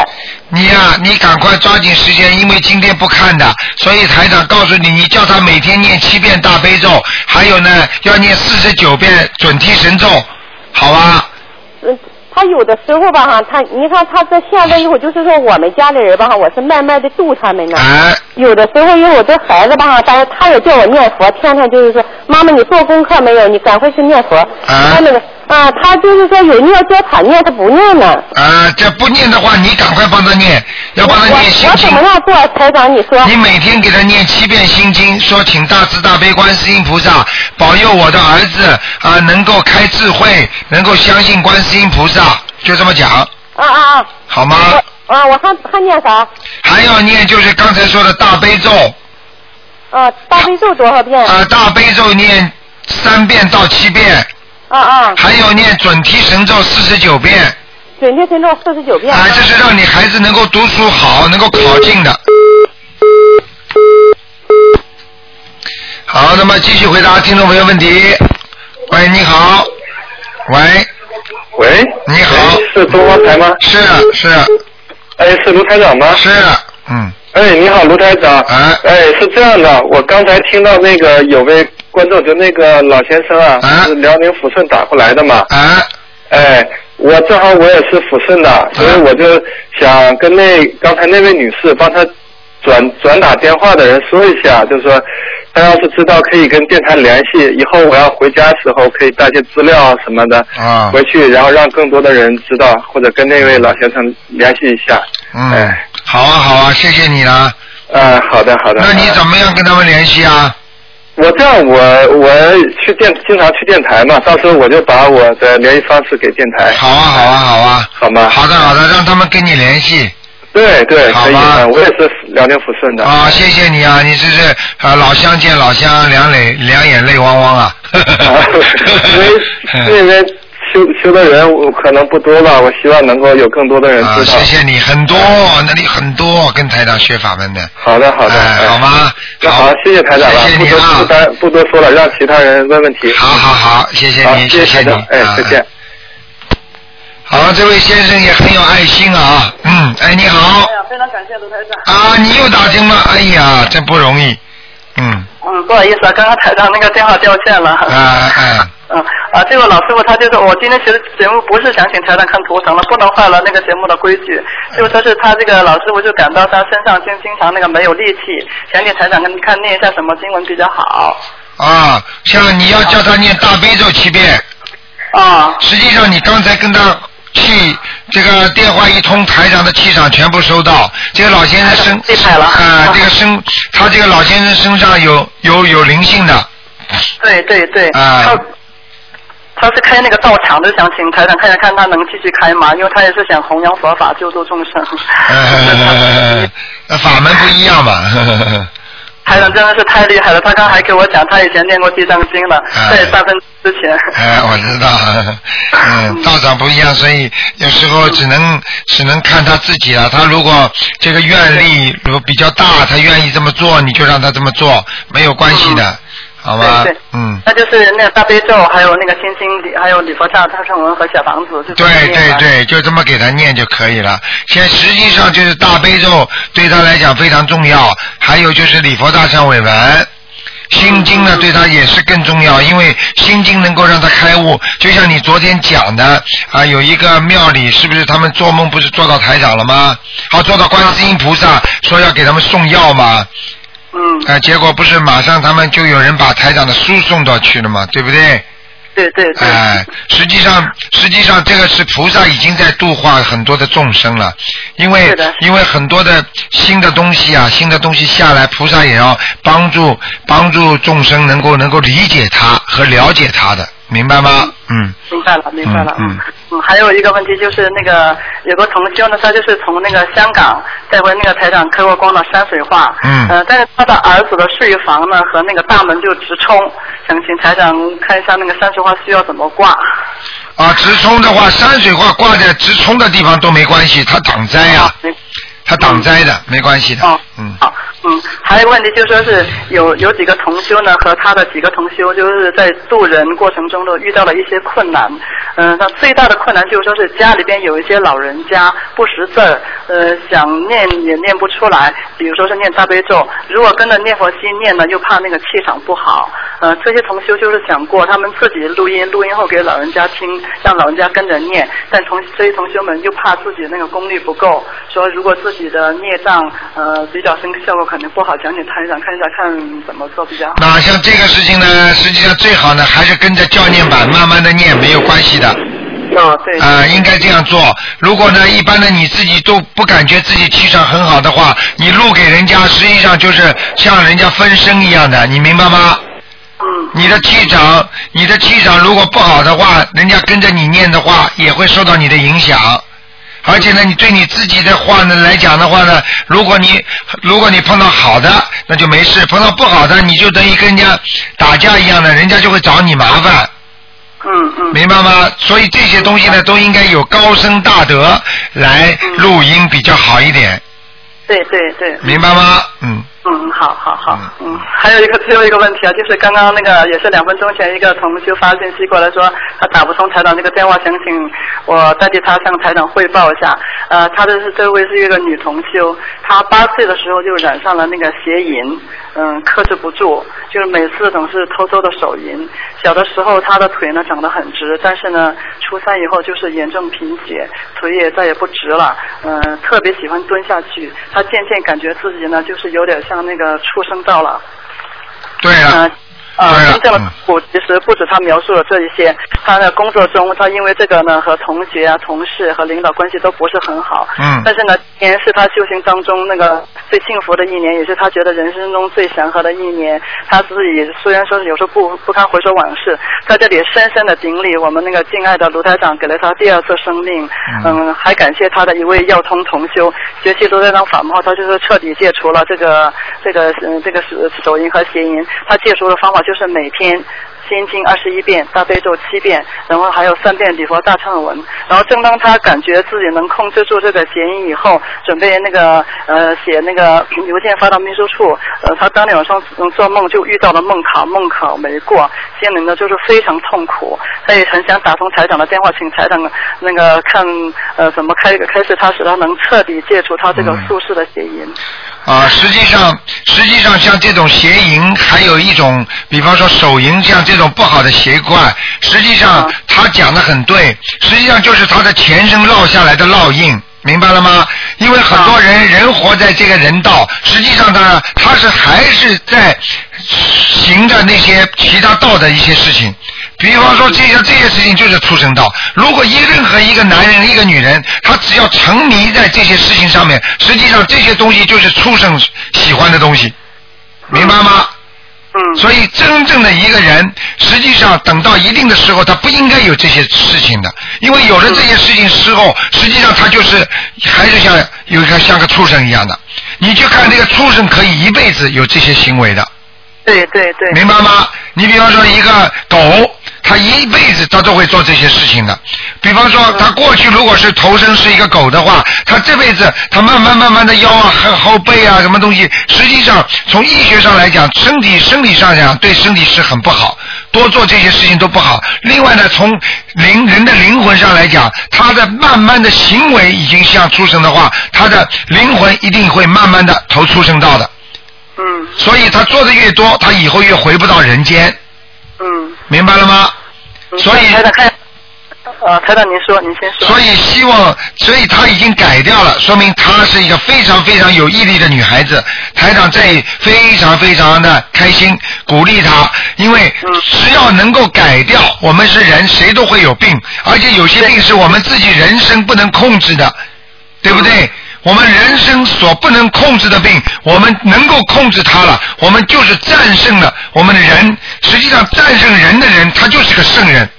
你呀、你赶快抓紧时间，因为今天不看的，所以台长告诉你，你叫他每天念七遍大悲咒，还有呢，要念四十九遍准提神咒，好吧？嗯，他有的时候吧哈，他你看他这现在以后就是说我们家里人吧哈，我是慢慢的度他们呢。哎，有的时候因为我这孩子吧哈，但是他也叫我念佛，天天就是说妈妈你做功课没有？你赶快去念佛。哎他那个啊，他就是说有念叫他念，他不念呢。啊，这不念的话，你赶快帮他念，要帮他我念心我经怎。么样做，台长你说？你每天给他念七遍心经，说请大慈大悲观世音菩萨保佑我的儿子啊、能够开智慧，能够相信观世音菩萨，就这么讲，啊啊啊！好吗？我啊，我还还念啥？还要念就是刚才说的大悲咒啊，大悲咒多少遍？啊、大悲咒念三遍到七遍，啊啊，还有念准提神咒四十九遍准提神咒四十九遍。啊、这是让你孩子能够读书好，能够考进的。好，那么继续回答听众朋友问题。喂，你好。喂，喂，你好喂是东方台吗？是是哎，是卢台长吗？是，嗯，哎，你好，卢台长。哎哎，是这样的，我刚才听到那个有位观众，就那个老先生啊，哎是辽宁抚顺打过来的嘛。啊哎，我正好我也是抚顺哎的，所以我就想跟那刚才那位女士帮她转转打电话的人说一下，就说她要是知道可以跟电台联系，以后我要回家时候可以带些资料什么的啊回去，然后让更多的人知道，或者跟那位老先生联系一下。嗯哎，好啊好啊，谢谢你了。嗯，好的好的。那你怎么样跟他们联系啊？我这样，我我去电经常去电台嘛，到时候我就把我的联系方式给电台，好啊好啊好啊，好吗？好 的好的，让他们跟你联系。对对，好可以吧的，我也是辽宁抚顺的。啊，谢谢你啊，你这是啊老乡见老乡，两泪两眼泪汪汪啊。 啊因为因为修修的人我可能不多吧，我希望能够有更多的人啊，知道。谢谢你，很多那里很多跟台长学法门的。好的好的，哎哎好吗？那好，谢谢台长了，谢谢不你多不啊。单不多说了，让其他人问问题。好好好，谢谢好，你，谢谢台你长，，哎，再见啊。。好，这位先生也很有爱心啊，嗯，哎，你好哎，呀，非常感谢卢台长。啊，你又打听了，哎呀，真不容易，嗯，嗯，不好意思啊，刚刚台上那个电话掉线了。啊哎，嗯啊，这个老师傅他就是我今天其实节目不是想请台长看图腾了，不能坏了那个节目的规矩。就说是他这个老师傅就感到他身上经经常那个没有力气，想请台长跟看念一下什么经文比较好。啊，像你要叫他念大悲咒七遍，啊实际上你刚才跟他气，这个电话一通，台长的气场全部收到。这个老先生身被拍了啊、这个身，他这个老先生身上有有有灵性的，对对对，啊他他是开那个道场的，想请台长看一看他能继续开吗？因为他也是想弘扬佛法，救度众生。呃，法门不一样嘛。台长真的是太厉害了，他刚还给我讲，他以前念过地藏经了，哎在三分之前。 哎，我知道，嗯，道场不一样，所以有时候只能只能看他自己了。他如果这个愿力如果比较大，他愿意这么做，你就让他这么做，没有关系的，好吧对对？嗯。那就是那个大悲咒，还有那个心经里，还有礼佛大忏悔文和小房子，就是对这对样对，就这么给他念就可以了。现实际上就是大悲咒对他来讲非常重要，还有就是礼佛大忏悔文。心经嗯呢，对他也是更重要，因为心经能够让他开悟。就像你昨天讲的啊，有一个庙里，是不是他们做梦不是做到台长了吗？好，做到观世音菩萨说要给他们送药吗？嗯，啊，结果不是马上他们就有人把台长的书送到去了嘛，对不对？对对对，哎、实际上，实际上这个是菩萨已经在度化很多的众生了，因为是的因为很多的新的东西啊，新的东西下来，菩萨也要帮助帮助众生能够能够理解它和了解它的，明白吗？嗯明白了，明白了。嗯嗯嗯，还有一个问题就是那个有个同修呢，他就是从那个香港带回那个台长开过光的山水画。嗯呃，但是他的儿子的睡房呢和那个大门就直冲，想请台长看一下那个山水画需要怎么挂。啊，直冲的话，山水画挂在直冲的地方都没关系，它挡灾呀、哦没嗯它挡灾的，没关系的哦。嗯，好，嗯，还有一个问题就说是有有几个同修呢和他的几个同修，就是在渡人过程中都遇到了一些困难。嗯、那最大的困难就是说是家里边有一些老人家不识字儿，呃，想念也念不出来，比如说是念大悲咒，如果跟着念佛心念呢，又怕那个气场不好。呃，这些同修就是想过他们自己录音，录音后给老人家听，让老人家跟着念，但同这些同修们又怕自己那个功力不够，说如果自己的孽障呃比较深，效果肯定不好，讲请台长看一下看怎么做比较好。那像这个事情呢，实际上最好呢还是跟着教念版慢慢的念，没有关系的。哦，对，啊、应该这样做。如果呢，一般的你自己都不感觉自己气场很好的话，你录给人家，实际上就是像人家分身一样的，你明白吗？嗯，你的气场，你的气场如果不好的话，人家跟着你念的话，也会受到你的影响。而且呢，你对你自己的话呢来讲的话呢，如果你如果你碰到好的，那就没事；碰到不好的，你就等于跟人家打架一样的，人家就会找你麻烦。嗯嗯，明白吗？所以这些东西呢，都应该有高僧大德来录音比较好一点，对对对，明白吗？嗯，嗯，好好好，嗯，还有一个最后一个问题啊，就是刚刚那个也是两分钟前一个同修发信息过来说他打不通台长这个电话，想请我代替他向台长汇报一下。呃，他的是这位是一个女同修，她八岁的时候就染上了那个邪淫，嗯，克制不住，就是每次总是偷偷的手淫。小的时候她的腿呢长得很直，但是呢初三以后就是严重贫血，腿也再也不直了，嗯、特别喜欢蹲下去。她渐渐感觉自己呢就是有点像那个畜生道了，对了嗯，对呃，了真正的嗯苦其实不止他描述了这一些，他的工作中，他因为这个呢和同学啊、同事和领导关系都不是很好。嗯但是呢，今年是他修行当中那个最幸福的一年，也是他觉得人生中最祥和的一年。他自己虽然说是有时候不不堪回首往事，在这里深深的经历我们那个敬爱的卢台长给了他第二次生命。嗯嗯，还感谢他的一位药通同修，学习卢台长法门后，他就是彻底戒除了这个这个嗯这个手手淫和邪淫。他戒除的方法就是每天心经二十一遍，大悲咒七遍，然后还有三遍礼佛大忏文。然后正当他感觉自己能控制住这个嫌疑以后，准备那个呃写那个 邮件发到秘书处，呃，他当天晚上嗯做梦就遇到了梦考，梦考没过，心里呢就是非常痛苦。他也很想打通台长的电话，请台长那个看呃怎么开开始他使他能彻底戒除他这个嗯宿世的邪淫。啊，实际上实际上像这种邪淫，还有一种，比方说手淫，像这种不好的邪怪，实际上嗯他讲的很对，实际上就是他的前生烙下来的烙印。明白了吗？因为很多人人活在这个人道，实际上呢，他是还是在行着那些其他道的一些事情，比方说这些这些事情就是畜生道。如果一任何一个男人、一个女人，他只要沉迷在这些事情上面，实际上这些东西就是畜生喜欢的东西，明白吗？嗯，所以，真正的一个人，实际上等到一定的时候，他不应该有这些事情的，因为有了这些事情之后，实际上他就是还是像有一个像个畜生一样的。你去看这个畜生，可以一辈子有这些行为的，对对对，明白吗？你比方说一个狗，它一辈子它都会做这些事情的。比方说，嗯它过去如果是投生是一个狗的话，它这辈子它慢慢慢慢的腰啊、后后背啊什么东西，实际上从医学上来讲，身体生理上讲对身体是很不好，多做这些事情都不好。另外呢，从灵人的灵魂上来讲，他的慢慢的行为已经像畜生的话，他的灵魂一定会慢慢的投畜生道的。嗯所以他做的越多，他以后越回不到人间，嗯。明白了吗？所以台长看，呃，台长您说，您先说。所以希望，所以她已经改掉了，说明她是一个非常非常有毅力的女孩子。台长在非常非常的开心，鼓励她，因为只要能够改掉，我们是人，谁都会有病，而且有些病是我们自己人生不能控制的，对不对？我们人生所不能控制的病，我们能够控制它了，我们就是战胜了我们的人。实际上，战胜人的人，他就是个圣人，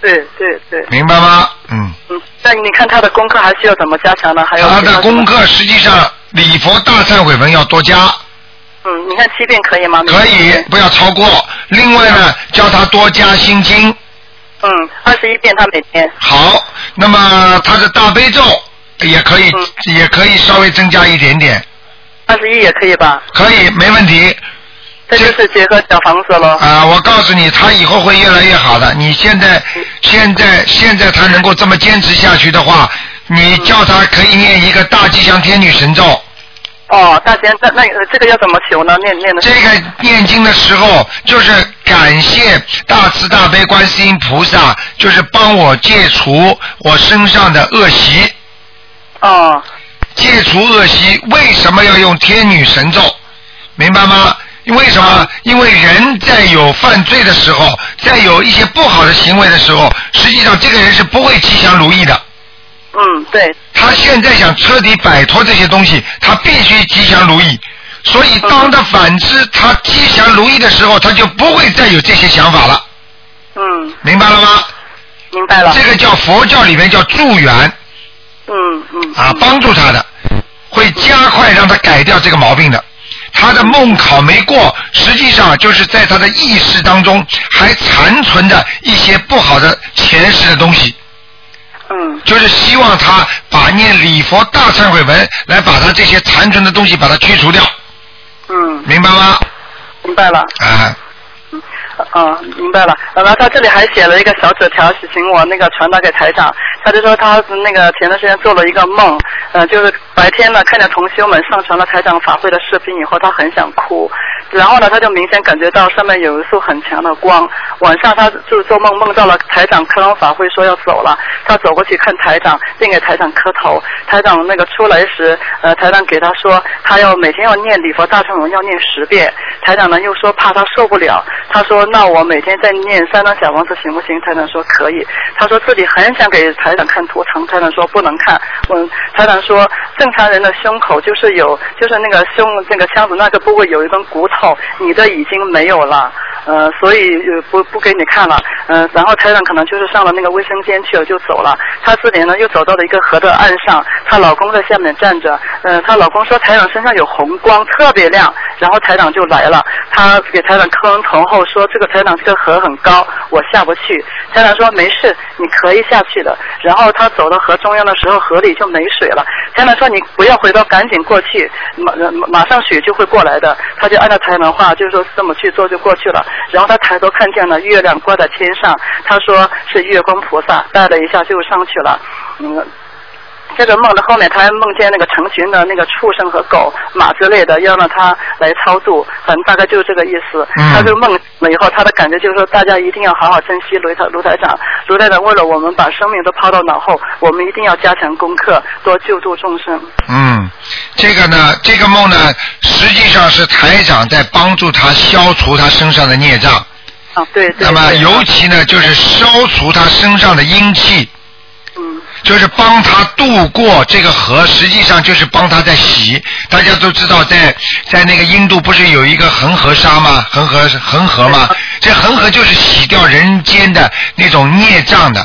对对对，明白吗？嗯。嗯，但你看他的功课还需要怎么加强呢？还有他其的什么啊功课实际上礼佛大忏悔文要多加，嗯，你看七遍可以吗？可以不要超过。另外呢，叫他多加心经。嗯，二十一遍他每天。好，那么他的大悲咒也可以，也可以稍微增加一点点。嗯二十一也可以吧？可以，没问题。这就是结合小房子了。啊，我告诉你，他以后会越来越好的。你现在，嗯现在，现在他能够这么坚持下去的话，你叫他可以念一个大吉祥天女神咒。哦，大姐，那那呃这个要怎么求呢？念念的。这个念经的时候，就是感谢大慈大悲观世音菩萨，就是帮我戒除我身上的恶习。哦。戒除恶习，为什么要用天女神咒？明白吗？为什哦么？因为人在有犯罪的时候，在有一些不好的行为的时候，实际上这个人是不会吉祥如意的。嗯，对。他现在想彻底摆脱这些东西，他必须吉祥如意。所以，当他反之，他吉祥如意的时候，他就不会再有这些想法了。嗯，明白了吗？明白了。这个叫佛教里面叫助缘嗯嗯。啊，帮助他的，会加快让他改掉这个毛病的。他的梦考没过，实际上就是在他的意识当中还残存着一些不好的前世的东西。嗯。就是希望他把念礼佛大忏悔文来把他这些残存的东西把它去除掉，嗯，明白吗？明白了。啊， 啊，明白了。然后他这里还写了一个小纸条，请我那个传达给台长。他就说他那个前段时间做了一个梦，呃，就是白天呢看见同修们上传了台长法会的视频以后，他很想哭。然后呢，他就明显感觉到上面有一束很强的光。晚上他就是做梦，梦到了台长开完法会说要走了，他走过去看台长，并给台长磕头。台长那个出来时，呃，台长给他说他要每天要念礼佛大忏悔文要念十遍。台长呢又说怕他受不了，他说那我每天再念三张小房子行不行？台长说可以。他说自己很想给台长看图腾，台长说不能看。嗯，台长说正常人的胸口就是有，就是那个胸那个腔子那个部位有一根骨头，你的已经没有了，呃，所以呃不不给你看了，呃，然后台长可能就是上了那个卫生间去了就走了。她自己呢又走到了一个河的岸上，她老公在下面站着，呃，她老公说台长身上有红光，特别亮，然后台长就来了，他给台长磕完头后说这个台长这个河很高，我下不去。台长说没事，你可以下去的。然后他走到河中央的时候，河里就没水了。台长说你不要回头，赶紧过去，马马马上水就会过来的。他就按照台长的话，就是说这么去做就过去了。然后他抬头看见了月亮挂在天上，他说是月光菩萨，带了一下就上去了。嗯，这个梦的后面，他还梦见那个成群的那个畜生和狗、马之类的，要让他来超度，反正大概就是这个意思。嗯他就梦了以后，他的感觉就是说，大家一定要好好珍惜卢台卢台长，卢台长为了我们把生命都抛到脑后，我们一定要加强功课，多救助众生。嗯，这个呢，这个梦呢，实际上是台长在帮助他消除他身上的孽障。啊，对对。那么尤其呢，就是消除他身上的阴气。嗯。就是帮他渡过这个河，实际上就是帮他在洗。大家都知道在，在那个印度不是有一个恒河沙吗？恒河恒河吗？这恒河就是洗掉人间的那种孽障的。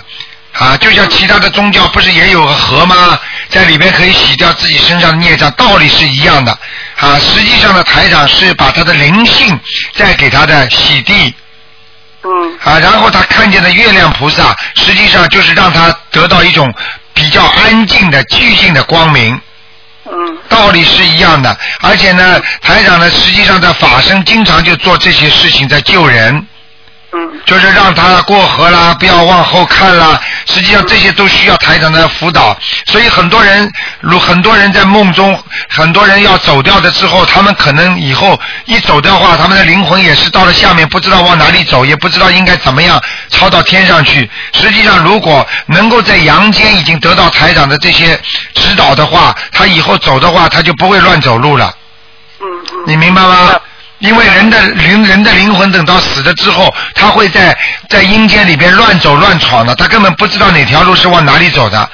啊，就像其他的宗教不是也有个河吗？在里边可以洗掉自己身上的孽障，道理是一样的。啊，实际上呢，台长是把他的灵性再给他的洗涤。嗯。啊，然后他看见的月亮菩萨，实际上就是让他得到一种比较安静的、寂静的光明。嗯。道理是一样的，而且呢，台长呢，实际上在法身经常就做这些事情，在救人。嗯。就是让他过河啦，不要往后看啦。实际上这些都需要台长的辅导，所以很多人，如很多人在梦中，很多人要走掉的之后，他们可能以后一走掉的话，他们的灵魂也是到了下面，不知道往哪里走，也不知道应该怎么样超到天上去。实际上，如果能够在阳间已经得到台长的这些指导的话，他以后走的话，他就不会乱走路了。你明白吗？因为人的灵人的灵魂等到死了之后，他会在在阴间里边乱走乱闯的，他根本不知道哪条路是往哪里走的。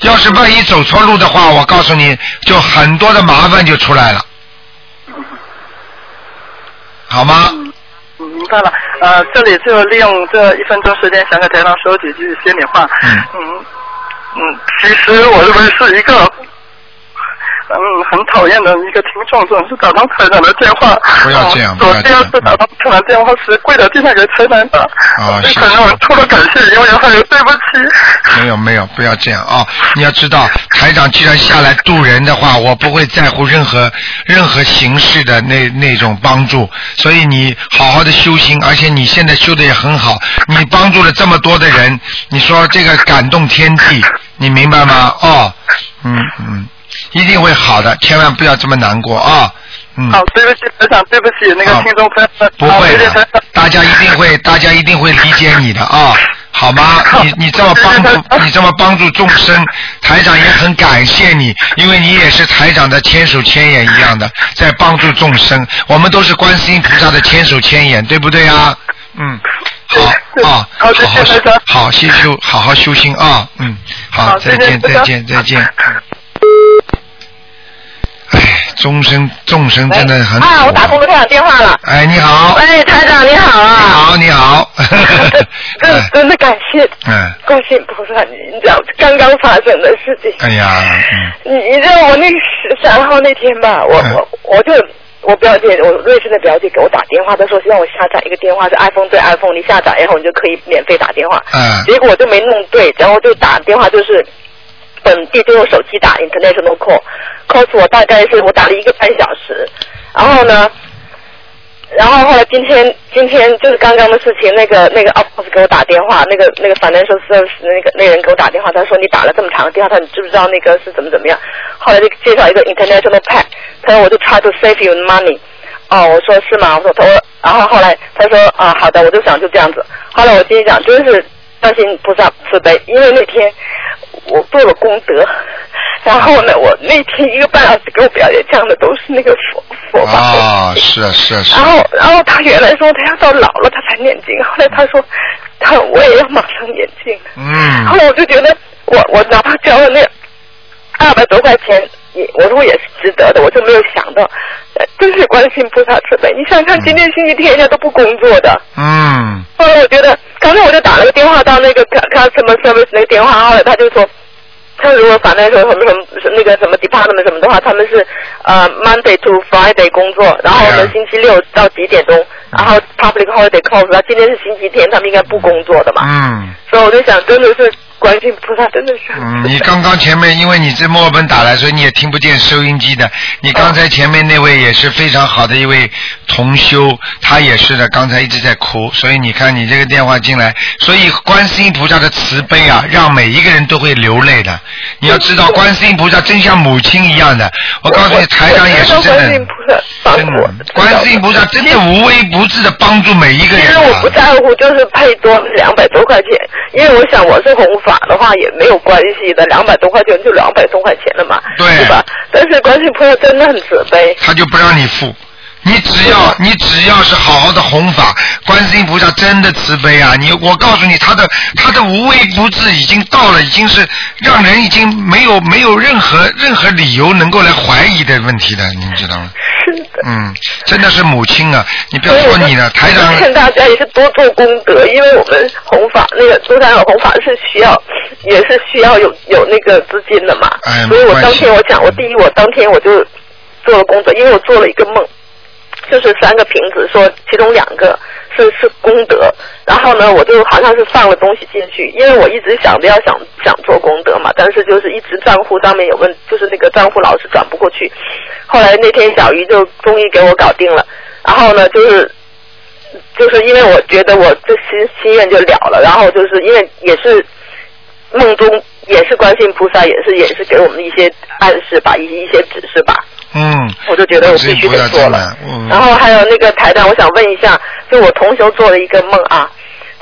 要是万一走错路的话，我告诉你就很多的麻烦就出来了，好吗？嗯明白了，呃，这里就利用这一分钟时间，想给台上说几句心里话。嗯嗯嗯，其实我认为是一个，嗯，很讨厌的一个听众，总是打通台长的电话。不要这样啊不要我这样第二次打通台长电话时，跪在地上给台长打。啊，对谢台长，我除了感谢以外，还有对不起。没有没有，不要这样啊！你要知道，台长既然下来渡人的话，我不会在乎任何任何形式的那那种帮助。所以你好好的修行，而且你现在修的也很好，你帮助了这么多的人，你说这个感动天地，你明白吗？哦，嗯嗯，一定会好的，千万不要这么难过啊、嗯。好，对不起，台长，对不起，那好个听众朋友们。不啊会谢谢台的长。，大家一定会，大家一定会理解你的啊，好吗？你你这么帮助，你这么帮助众生，台长也很感谢你，因为你也是台长的千手千眼一样的，在帮助众生。我们都是观世音菩萨的千手千眼，对不对啊？嗯，好啊，好好谢谢好修台长好修修，好好修心啊，嗯，好，好再谢谢见，台再长见，再见。嗯哎，众生众生真的很苦啊，我打通了台长电话了。哎，你好。喂，台长你好你好，啊！你 好。真哎真的嗯感谢嗯，观世音菩萨，你知道刚刚发生的事情。哎呀，嗯，你你知道我那个十三号那天吧，我嗯我我就我表姐，我瑞士的表姐给我打电话，她说希望我下载一个电话是 iPhone 对 iPhone，你下载以后你就可以免费打电话。嗯结果我就没弄对，然后就打电话就是本地就用手机打 international call，call 我大概是我打了一个半小时，然后呢。然后后来今天今天就是刚刚的事情，那个那个 office 给我打电话，那个那个 financial service 那个那人给我打电话，他说你打了这么长的电话，他说你知不知道那个是怎么怎么样？后来就介绍一个 international pack，他说我就 try to save you money。哦，我说是吗？我说他说，然后后来他说啊，好的，我就想就这样子。后来我心里想，真是相信菩萨慈悲，因为那天我做了功德， 然后呢，我那天一个半小时给我表姐讲的都是那个佛佛法。啊，是啊，是啊，是然啊，后，然后他原来说他要到老了他才念经，后来他说他我也要马上念经。后嗯，来我就觉得我我哪怕交了那二百多块钱，也我说也是值得的，我就没有想到，呃真是观世音菩萨慈悲。你想想，今天星期天人家都不工作的，嗯，后来我觉得，刚才我就打了个电话到那个 cu- customer service 那个电话，后来他就说，他如果反正说什么什么那个什么 department 什么的话，他们是呃 Monday to Friday 工作，然后对呢啊星期六到几点钟，然后 public holiday close，那今天是星期天，他们应该不工作的嘛，嗯。所以我就想，真的是观世音菩萨真的是，嗯，你刚刚前面因为你在墨尔本打来，所以你也听不见收音机的。你刚才前面那位也是非常好的一位同修，他也是的，刚才一直在哭，所以你看你这个电话进来，所以观世音菩萨的慈悲啊，让每一个人都会流泪的。你要知道，观世音菩萨真像母亲一样的。我告诉你，台长也是我真观世音的菩，萨帮真我的，，观世音菩萨真的无微不至的帮助每一个其人、啊。实我不在乎，就是配多两百多块钱，因为我想我是弘法的话也没有关系的，两百多块钱就两百多块钱了嘛，对是吧？但是观世音菩萨真的很慈悲，他就不让你付。你只嗯要你只要是好好的弘法，观世音菩萨真的慈悲啊！你我告诉你，他的他的无微不至已经到了，已经是让人已经没有没有任何任何理由能够来怀疑的问题的，你知道吗？是的。嗯，真的是母亲啊！你不所要以我说你了，台长就劝大家也是多做功德，因为我们弘法那个中山有弘法是需要，也是需要有有那个资金的嘛。哎所以我没关系当天我讲，我第一我当天我就做了功德，因为我做了一个梦，就是三个瓶子，说其中两个是是功德，然后呢，我就好像是放了东西进去，因为我一直想着要想想做功德嘛，但是就是一直账户上面有问，就是那个账户老是转不过去。后来那天小鱼就终于给我搞定了，然后呢，就是就是因为我觉得我这心心愿就了了，然后就是因为也是梦中也是观世音菩萨，也是也是给我们一些暗示吧，一一些指示吧。嗯，我就觉得我必须得做了。然后还有那个台长，我想问一下，就我同学做了一个梦啊，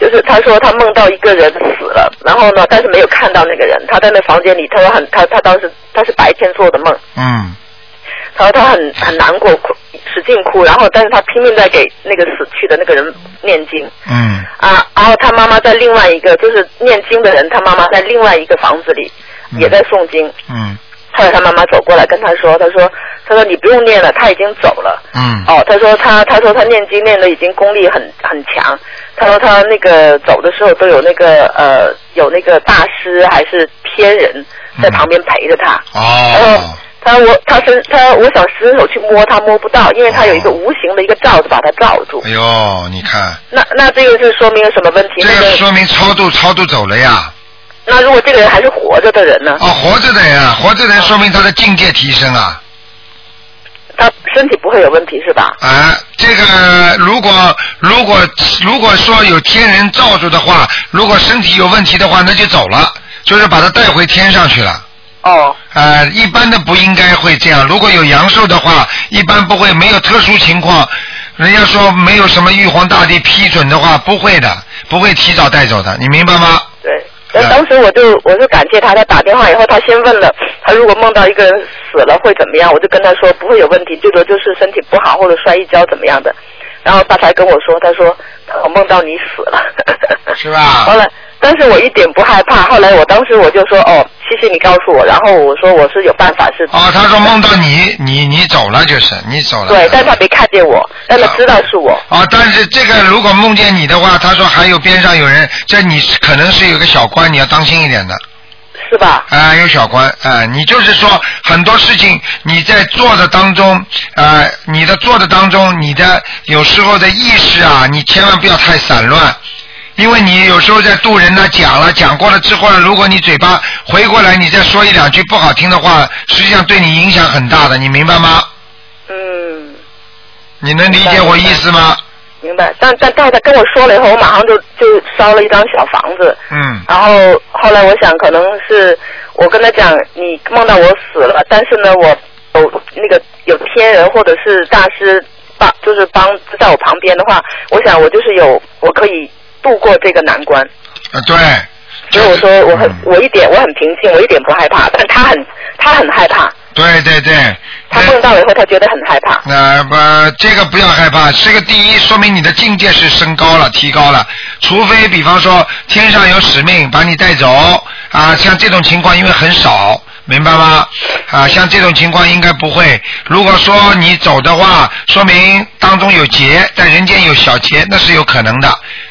就是他说他梦到一个人死了，然后呢，但是没有看到那个人，他在那房间里，他说很他他当时他是白天做的梦，嗯他说他很很难过，哭使劲哭，然后但是他拼命在给那个死去的那个人念经嗯啊，然后他妈妈在另外一个就是念经的人，他妈妈在另外一个房子里也在诵经，嗯后来他妈妈走过来跟他说，他说他说你不用念了，他已经走了。嗯哦，他说他他说他念经念的已经功力很很强，他说他那个走的时候都有那个呃有那个大师还是天人在旁边陪着他。嗯哎哦他说我他伸他我想伸手去摸他摸不到，因为他有一个无形的一个罩子把他罩住。哎呦，你看，那那这个是说明什么问题？这个说明超度超度走了呀。那如果这个人还是活着的人呢？哦，活着的人啊，活着的人说明他的境界提升啊。他身体不会有问题是吧？啊，这个如果如果如果说有天人罩住的话，如果身体有问题的话，那就走了，就是把他带回天上去了。哦。呃，一般的不应该会这样。如果有阳寿的话，一般不会，没有特殊情况，人家说没有什么玉皇大帝批准的话，不会的，不会提早带走的，你明白吗？对。那嗯当时我就我就感谢他，他打电话以后，他先问了，他如果梦到一个人死了会怎么样，我就跟他说不会有问题，最多就是身体不好或者摔一跤怎么样的。然后他才跟我说，他说我梦到你死了。 是吧？后来，但是我一点不害怕。后来我当时我就说哦，谢谢你告诉我，然后我说我是有办法是。哦，他说梦到你，你你走了就是，你走了。对，但他没看见我，但他知道是我。啊，但是这个如果梦见你的话，他说还有边上有人，这你可能是有个小官，你要当心一点的。是吧？啊、有小官啊、你就是说很多事情你在做的当中，啊，你的做的当中，你的有时候的意识啊，你千万不要太散乱，因为你有时候在渡人呢，讲了讲过了之后呢，如果你嘴巴回过来，你再说一两句不好听的话，实际上对你影响很大的，你明白吗？嗯。你能理解我意思吗？明白，但但但他跟我说了以后，我马上就就烧了一张小房子，嗯然后后来我想，可能是我跟他讲，你梦到我死了，但是呢，我有那个有天人或者是大师帮，就是帮在我旁边的话，我想我就是有我可以度过这个难关。啊，对，嗯所以我说我很、我一点我很平静，我一点不害怕，但他很他很害怕，对对对，他梦到了以后他觉得很害怕。那、呃、不，这个不要害怕。这个第一，说明你的境界是升高了、提高了。除非比方说天上有使命把你带走啊，像这种情况因为很少，明白吗？啊，像这种情况应该不会。如果说你走的话，说明当中有劫，在人间有小劫，那是有可能的。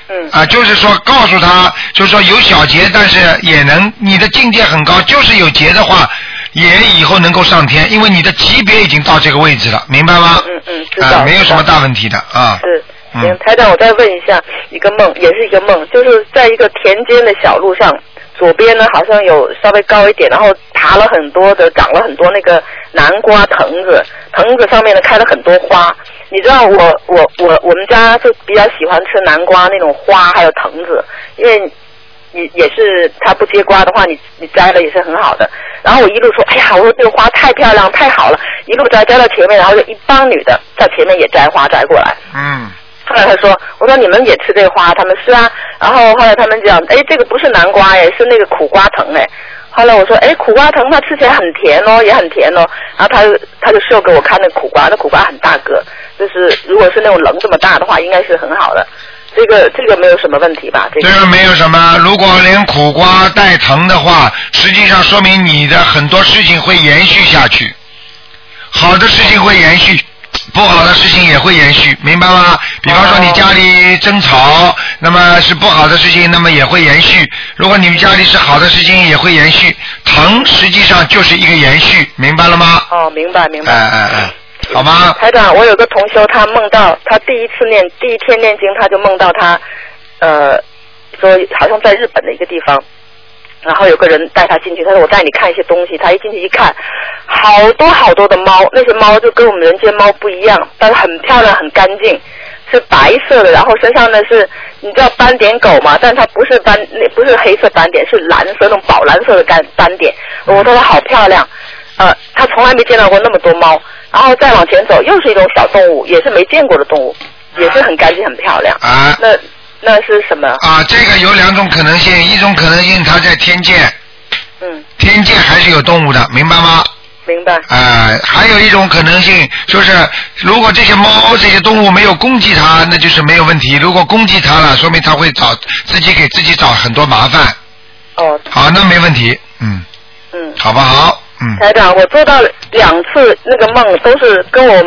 嗯。啊，就是说告诉他，就是说有小劫，但是也能你的境界很高，就是有劫的话。也以后能够上天，因为你的级别已经到这个位置了，明白吗？嗯嗯，知道。啊，没有知什道么大问题的啊。是，嗯行，台长，我再问一下，一个梦，也是一个梦，就是在一个田间的小路上，左边呢好像有稍微高一点，然后爬了很多的，长了很多那个南瓜藤子，藤子上面呢开了很多花。你知道我我我我们家就比较喜欢吃南瓜那种花，还有藤子，因为你也是它不结瓜的话，你你摘了也是很好的。然后我一路说，哎呀，我说这个花太漂亮，太好了，一路摘摘到前面，然后就一帮女的在前面也摘花摘过来。嗯哎后来他说，我说你们也吃这花？他们是啊。然后后来他们讲，哎，这个不是南瓜哎，是那个苦瓜藤哎。后来我说，哎，苦瓜藤它吃起来很甜哦，也很甜哦。然后他就他就秀给我看那苦瓜，那苦瓜很大个，就是如果是那种棱这么大的话，应该是很好的。这个这个没有什么问题吧？这个这个没有什么，如果连苦瓜带疼的话，实际上说明你的很多事情会延续下去，好的事情会延续。不好的事情也会延续，明白吗？比方说你家里争吵，那么是不好的事情，那么也会延续；如果你们家里是好的事情，也会延续。疼实际上就是一个延续，明白了吗？哦，明白明白。哎哎哎，好吗？台长，我有个同修，他梦到他第一次念第一天念经，他就梦到他，呃，说好像在日本的一个地方，然后有个人带他进去，他说我带你看一些东西，他一进去一看，好多好多的猫，那些猫就跟我们人间猫不一样，但是很漂亮，很干净。是白色的，然后身上呢是你知道斑点狗嘛，但它不是斑不是黑色斑点，是蓝色那种宝蓝色的斑斑点。我说它好漂亮，呃，他从来没见到过那么多猫。然后再往前走，又是一种小动物，也是没见过的动物，也是很干净很漂亮。啊那那是什么？啊，这个有两种可能性，一种可能性它在天界，嗯，天界还是有动物的，明白吗？明白。啊，还有一种可能性就是，如果这些猫这些动物没有攻击它，那就是没有问题；如果攻击它了，说明它会找自己给自己找很多麻烦。哦，好，那没问题，嗯，嗯，好不好？嗯，台长，我做到两次那个梦，都是跟我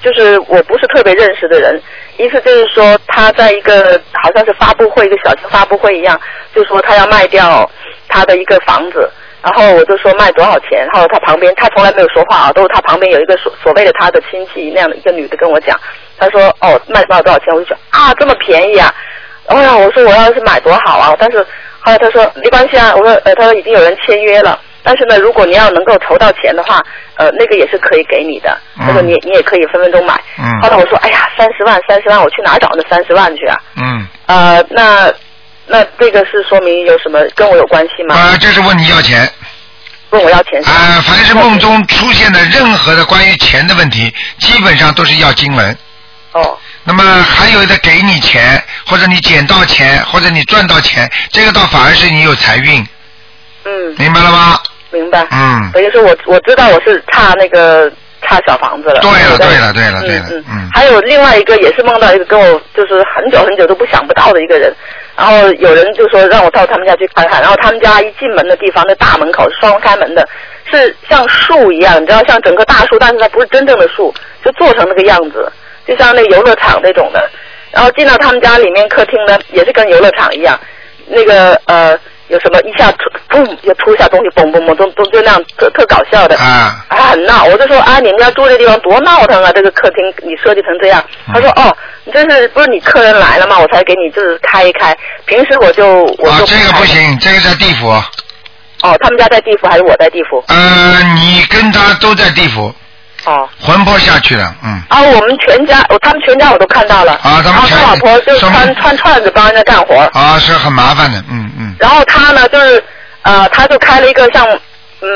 就是我不是特别认识的人。一次就是说他在一个好像是发布会，一个小型发布会一样，就说他要卖掉他的一个房子，然后我就说卖多少钱，然后他旁边他从来没有说话啊，都是他旁边有一个所所谓的他的亲戚那样的一个女的跟我讲，他说哦卖多少多少钱，我就说啊这么便宜啊，然后呢我说我要是买多好啊，但是后来他说没关系啊，我说呃他说已经有人签约了。但是呢，如果你要能够筹到钱的话，呃，那个也是可以给你的。嗯他说你你也可以分分钟买。嗯后来我说，哎呀，三十万，三十万，我去哪找那三十万去啊？嗯，呃，那那这个是说明有什么跟我有关系吗？啊，就是问你要钱。问我要钱是吧？啊，凡是梦中出现的任何的关于钱的问题，基本上都是要经文。哦，那么还有的给你钱，或者你捡到钱，或者你赚到钱，这个倒反而是你有财运，嗯，明白了吗？明白。嗯，也就是我我知道我是差那个差小房子了。对啊了，我在对了，对了，嗯对了嗯，嗯，还有另外一个也是梦到一个跟我就是很久很久都不想不到的一个人，然后有人就说让我到他们家去看看，然后他们家一进门的地方，那大门口是双开门的，是像树一样，你知道像整棵大树，但是它不是真正的树，就做成那个样子，就像那游乐场那种的。然后进到他们家里面客厅呢，也是跟游乐场一样，那个呃有什么一下突嘣就出一下东西，嘣嘣嘣，都都就那样特特搞笑的。啊，啊，很闹。我就说啊，你们家住这地方多闹腾啊，这个客厅你设计成这样。嗯他说哦，你这是不是你客人来了嘛，我才给你就是开一开。平时我就我啊就、，这个不。行，这个在地府，哦，他们家在地府还是我在地府？呃，你跟他都在地府，哦。魂魄下去了，嗯，啊，我们全家，我他们全家我都看到了。啊他们然后全他老婆就什么穿穿串子帮人家干活。啊，是很麻烦的，嗯嗯，然后他呢，就是呃，他就开了一个像嗯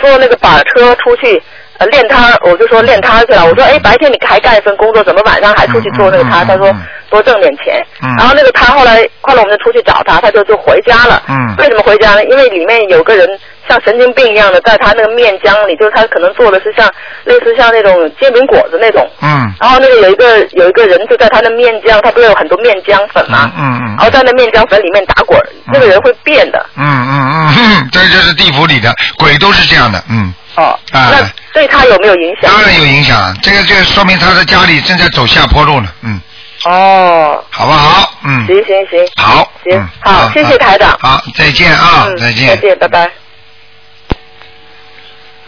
坐那个板车出去呃练摊儿，我就说练摊儿去了。我说哎，白天你还干一份工作，怎么晚上还出去做那个摊儿？嗯嗯嗯他说嗯多挣点钱。嗯然后那个摊后来后来我们就出去找他，他就就回家了。嗯为什么回家呢？因为里面有个人像神经病一样的，在他那个面浆里，就是他可能做的是像类似像那种煎饼果子那种。嗯，啊然后那个有一个有一个人就在他的面浆，他不是有很多面浆粉吗？嗯嗯嗯然后在那面浆粉里面打滚儿，那个人会变的。嗯嗯嗯，这就是地府里的鬼都是这样的，嗯。哦，啊那对他有没有影响？当然有影响，这个就说明他的家里正在走下坡路了，嗯，哦，好不好？嗯，行行行，好，行嗯好谢谢台长好，再见啊，嗯，再再见。见，拜拜。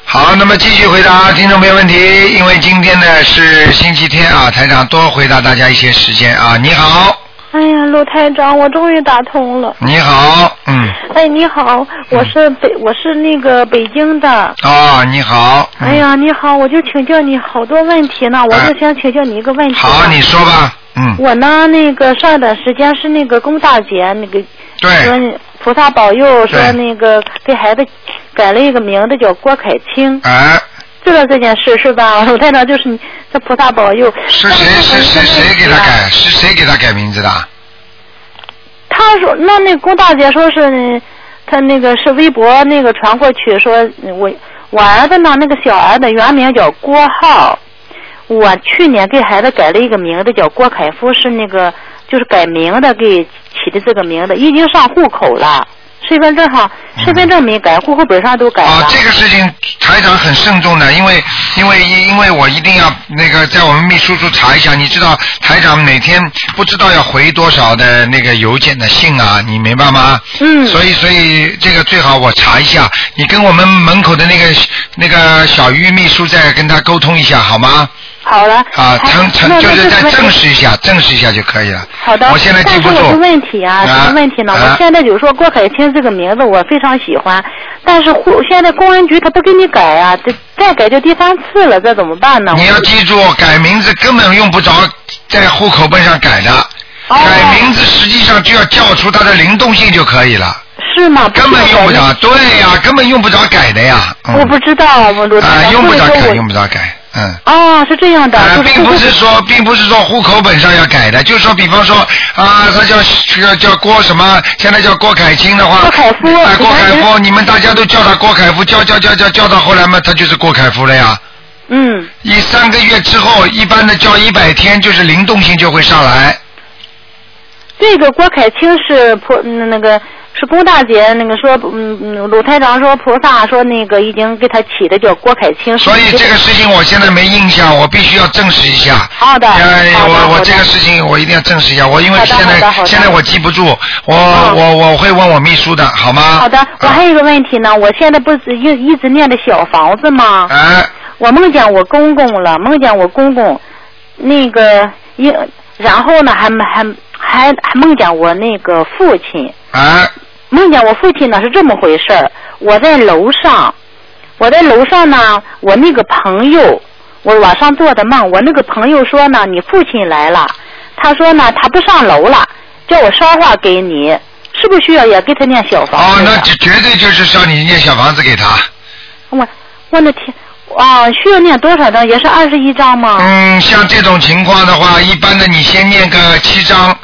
好，那么继续回答听众朋友问题，因为今天呢是星期天啊，台长多回答大家一些时间啊。你好，哎呀，陆台长，我终于打通了。你好，嗯，哎，你好，我是北，我是那个北京的。哦，你好，嗯哎，呀，你好，我就请教你好多问题呢，我就想请教你一个问题。好，你。说吧，嗯，我呢，那个上一段时间是那个龚大姐，那个对，说菩萨保佑，说对那个给孩子改了一个名字叫郭凯清，哎，知道这件事是吧？鲁台长就是你，这菩萨保佑。是但谁我是有一谁谁给个他问题啊改？是谁给他改名字的？他说，那那龚大姐说是呢，他那个是微博那个传过去说，嗯我我儿子呢，那个小儿子原名叫郭浩，我去年给孩子改了一个名字叫郭凯夫，是那个就是改名的给起的这个名字，已经上户口了，身份证上身份证没改，户口本上都改了。啊，这个事情台长很慎重的，因为因为因为我一定要那个在我们秘书处查一下，你知道台长每天不知道要回多少的那个邮件的信啊，你明白吗？嗯所以所以这个最好我查一下，你跟我们门口的那个那个小于秘书再跟他沟通一下好吗？好了，啊，还证那证那就是再什么证实一下，证实一下就可以了。好的，我现在记不但是有个住。问题啊，啊什么问题呢？啊我现在就说郭凯清这个名字我非常喜欢，但是户现在公安局他不给你改啊，这再改就第三次了，这怎么办呢？你要我记住，改名字根本用不着在户口本上改的，哦改名字实际上就要叫出它的灵动性就可以了。是吗？根本用不着，对呀、根本用不着改的呀。嗯我不知道，我罗台啊，长用不着所以说改，我用不着改，嗯。哦，是这样的，啊就，并不是 说，并不是说户口本上要改的，就是说，比方说啊，他叫这个叫郭什么，现在叫郭凯清的话，郭凯夫，啊，郭凯夫，你们大家都叫他郭凯夫，叫叫叫叫叫到后来嘛，他就是郭凯夫了呀。嗯。一三个月之后，一般的叫一百天，就是灵动性就会上来。这个郭凯清是菩嗯那个是龚大姐那个说嗯嗯鲁台长说菩萨说那个已经给他起的叫郭凯清，所以这个事情我现在没印象，我必须要证实一下。好的哎，好的我好我的这个事情我一定要证实一下，我因为好的现好的好在的嗯现在我记不住，我我我会问我秘书的，好吗？好的，我还有一个问题呢，我现在不是一一直念的小房子吗？哎。我梦见我公公了，梦见我公公，那个一，然后呢，还还还还梦见我那个父亲。啊。梦见我父亲呢是这么回事儿，我在楼上，我在楼上呢，我那个朋友，我晚上做的梦，我那个朋友说呢，你父亲来了，他说呢他不上楼了，叫我捎话给你，是不是需要也给他念小房哦子，呀？那就绝对就是让你念小房子给他。我我的天，啊，需要念多少张？也是二十一张吗？嗯，像这种情况的话，一般的你先念个七章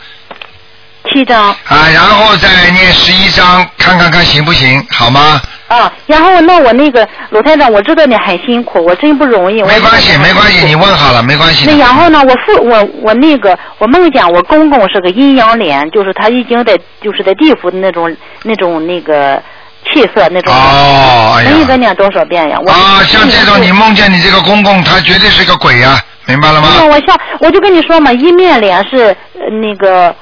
七张啊，然后再念十一章，看看看行不行，好吗？啊。然后那我那个鲁台长，我知道你很辛苦，我真不容易。没关系，没关系，你问好了，没关系的那。然后呢，我父我我那个我梦见我公公是个阴阳脸，就是他已经在就是在地府的那种那种那个气色那种。哦，哎呀能一个念多少遍呀？我啊，像这种你梦见你这个公公，他绝对是个鬼呀、明白了吗？哎那我像我就跟你说嘛，一面脸是呃那个，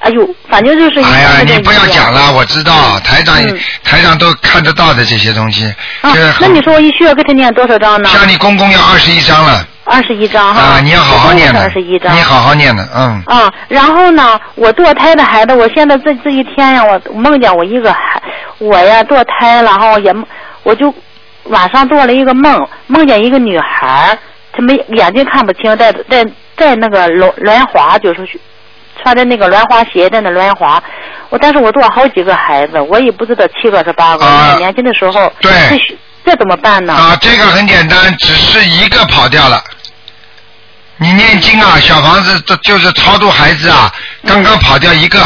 哎呦，反正就是一哎呀，那个你不要讲了，我知道，台长、嗯台长都看得到的这些东西。啊这，那你说我一需要给他念多少章呢？像你公公要二十一章了二十一章哈。啊，你要好好念的二十一，章。你好好念的，嗯。啊，然后呢，我堕胎的孩子，我现在这这一天呀，我梦见我一个孩，我呀堕胎了，然后也我就晚上做了一个梦，梦见一个女孩儿，她没眼睛看不清，在在在那个轮轮滑，就是去穿着那个轮滑鞋在那轮滑。我但是我做好几个孩子，我也不知道七个是八个，因为年轻的时候，啊对这需这怎么办呢？啊，这个很简单，只是一个跑掉了。你念经啊，小房子这就是超度孩子啊，刚刚跑掉一个，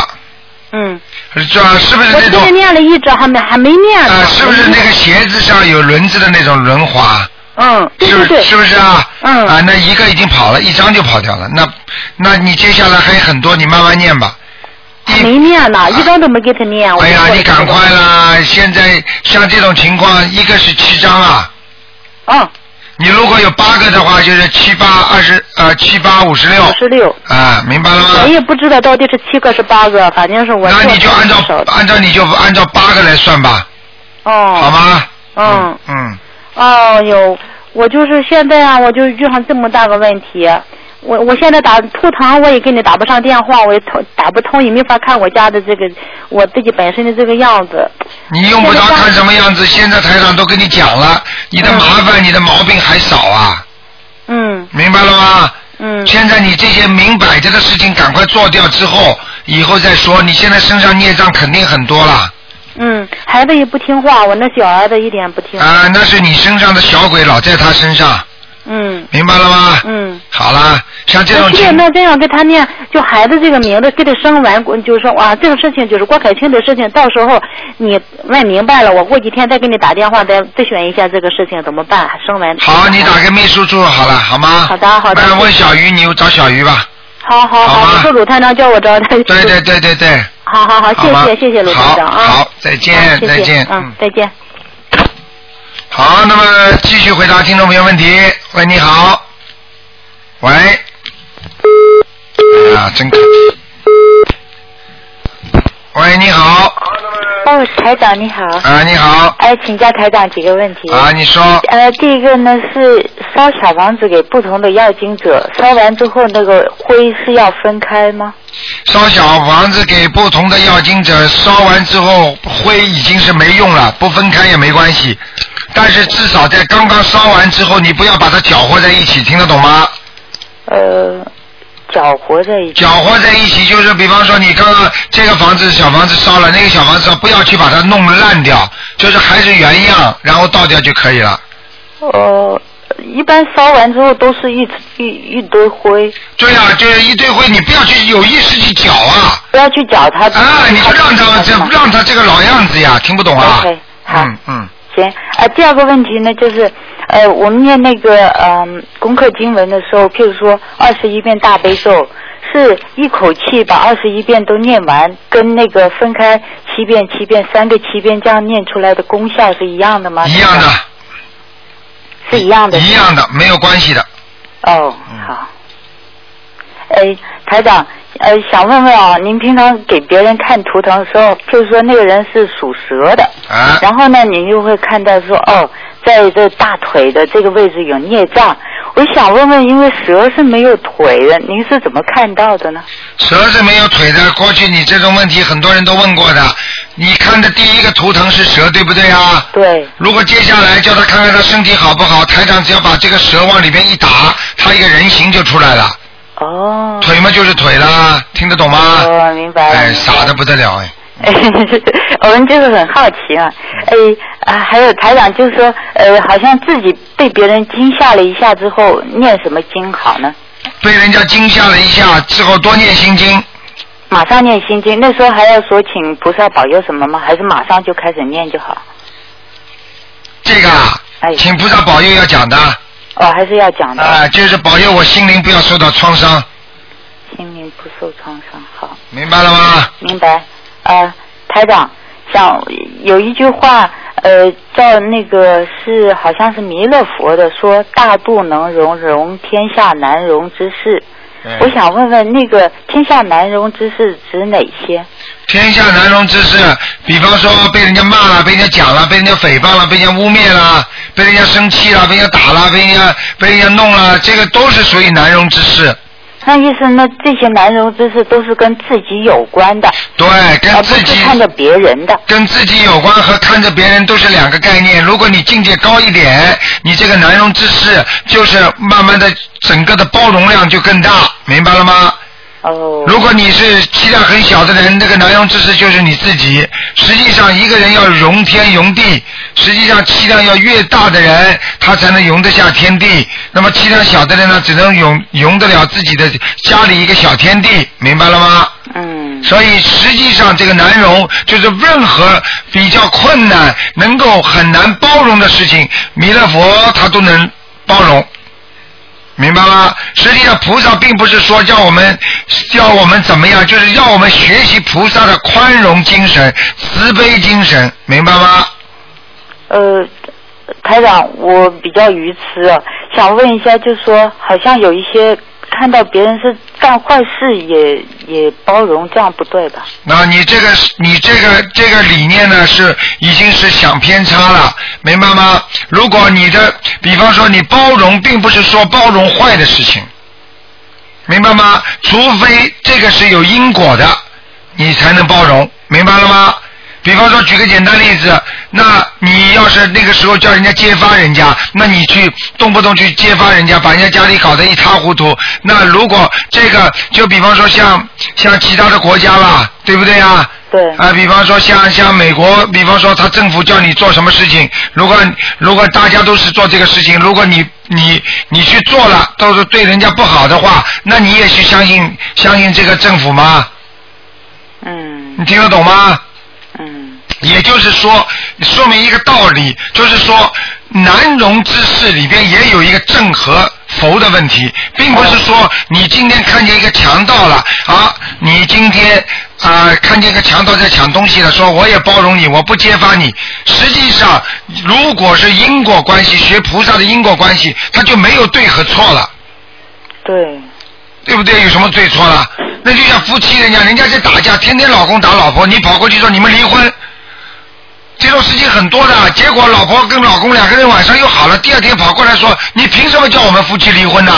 嗯，这是不是我那今天种念了一张，还没还没念呢。啊？是不是那个鞋子上有轮子的那种轮滑？嗯，对是不对对，是是不是啊？嗯啊，那一个已经跑了，一张就跑掉了。那，那你接下来还有很多，你慢慢念吧。啊还啊没念呢，一张都没给他念。我哎呀就，你赶快啦！现在像这种情况，一个是七张啊。嗯。你如果有八个的话，就是七八二十呃七八五十六。五十六。啊，明白了吗？我也不知道到底是七个是八个，反正是我。那你就按照按照你就按照八个来算吧，哦。好？吗？嗯。嗯，哦哟，我就是现在啊，我就遇上这么大个问题。我我现在打图腾，我也给你打不上电话，我也通打不通，也没法看我家的这个我自己本身的这个样子。你用不着看什么样子，现在台上都跟你讲了，你的麻烦、你的毛病还少啊，嗯明白了吗？嗯。现在你这些明摆着的事情赶快做掉之后，以后再说。你现在身上孽障肯定很多了嗯，孩子也不听话，我那小儿子一点不听。啊，那是你身上的小鬼老在他身上，嗯明白了吗？嗯。好啦，像这我种记得情那这样给他念，就孩子这个名字给他生完，就是说啊，这个事情就是郭凯清的事情，到时候你问明白了，我过几天再给你打电话，再咨询一下这个事情怎么办，生完。好，你打给秘书处好了，好吗？好的好的那问小鱼，你找小鱼吧。好好好吧好，你说鲁探长叫我找他。对对对。对对对。好好好，谢好吗谢谢谢鲁探长啊。好好再见啊谢谢再见嗯，再见。好，那么继续回答听众朋友问题。喂，你好。喂。哎呀，真可惜。喂，你好。哦，台长你好。啊，你好。哎，请教台长几个问题。啊，你说。呃，第一个呢是烧小房子给不同的要经者，烧完之后那个灰是要分开吗？烧小房子给不同的要经者，烧完之后灰已经是没用了，不分开也没关系。但是至少在刚刚烧完之后，你不要把它搅和在一起，听得懂吗？呃，搅和在一起。搅和在一起，就是比方说你刚刚这个房子小房子烧了，那个小房子烧，不要去把它弄烂掉，就是还是原样，然后倒掉就可以了。呃，一般烧完之后都是一一一堆灰，对呀、就是一堆灰，你不要去有意识去搅啊。不要去搅它。啊，你就让它这让它这个老样子呀，听不懂啊？ OK，嗯嗯，行啊，第二个问题呢，就是呃，我们念那个嗯、功课经文的时候，譬如说二十一遍大悲咒，是一口气把二十一遍都念完，跟那个分开七遍、七遍、三个七遍这样念出来的功效是一样的吗？一样的，是一样的。一样的，没有关系的。哦，嗯好。哎，台长，呃，想问问啊，您平常给别人看图腾的时候，譬如说那个人是属蛇的，啊，然后呢，您就会看到说，哦，在这大腿的这个位置有孽障。我想问问，因为蛇是没有腿的，您是怎么看到的呢？蛇是没有腿的，过去你这种问题很多人都问过的。你看的第一个图腾是蛇，对不对啊？对。如果接下来叫他看看他身体好不好，台长只要把这个蛇往里边一打，他一个人形就出来了。哦。腿嘛就是腿啦，听得懂吗？哦，明白了。哎，傻的不得了哎。哎， 我们就是很好奇啊，哎啊，还有台长就是说，呃，好像自己被别人惊吓了一下之后，念什么经好呢？被人家惊吓了一下之后，多念心经。马上念心经，那时候还要说请菩萨保佑什么吗？还是马上就开始念就好？这个啊，哎请菩萨保佑要讲的啊、哦，还是要讲的，就是保佑我心灵不要受到创伤，心灵不受创伤。好，明白了吗？明白。呃，台长想有一句话，呃，叫那个是好像是弥勒佛的，说大度能容，容天下难容之事。我想问问，那个天下难容之事指哪些？天下难容之事，比方说被人家骂了，被人家讲了，被人家诽谤了，被人家污蔑了，被人家生气了，被人家打了，被人家被人家弄了，这个都是属于难容之事。那意思，那这些难容之事都是跟自己有关的，对，跟自己看着别人的，跟自己有关和看着别人都是两个概念。如果你境界高一点，你这个难容之事就是慢慢的整个的包容量就更大，明白了吗？哦。如果你是气量很小的人，这个难容之事就是你自己。实际上，一个人要容天容地，实际上气量要越大的人，他才能容得下天地。那么气量小的人呢，只能容容得了自己的家里一个小天地，明白了吗？所以实际上这个难容就是任何比较困难、能够很难包容的事情，弥勒佛他都能包容，明白吗？实际上菩萨并不是说叫我们叫我们怎么样，就是要我们学习菩萨的宽容精神、慈悲精神，明白吗？呃，台长，我比较愚痴啊，想问一下，就说好像有一些看到别人是干坏事也也包容，这样不对吧？那你这个你这个这个理念呢，是已经是想偏差了，明白吗？如果你的，比方说你包容，并不是说包容坏的事情，明白吗？除非这个是有因果的，你才能包容，明白了吗？比方说，举个简单例子，那你要是那个时候叫人家揭发人家，那你去动不动去揭发人家，把人家家里搞得一塌糊涂，那如果这个，就比方说像像其他的国家啦，对不对啊？对。啊，比方说像像美国，比方说他政府叫你做什么事情，如果如果大家都是做这个事情，如果你你你去做了，都是对人家不好的话，那你也去相信相信这个政府吗？嗯。你听得懂吗？也就是说，说明一个道理，就是说难容之事里边也有一个正和否的问题，并不是说你今天看见一个强盗了啊，你今天啊、看见一个强盗在抢东西了，说我也包容你，我不揭发你。实际上，如果是因果关系，学菩萨的因果关系，他就没有对和错了。对。对不对？有什么对错了？那就像夫妻人家，人家在打架，天天老公打老婆，你跑过去说你们离婚，这种事情很多的。结果老婆跟老公两个人晚上又好了，第二天跑过来说你凭什么叫我们夫妻离婚呢、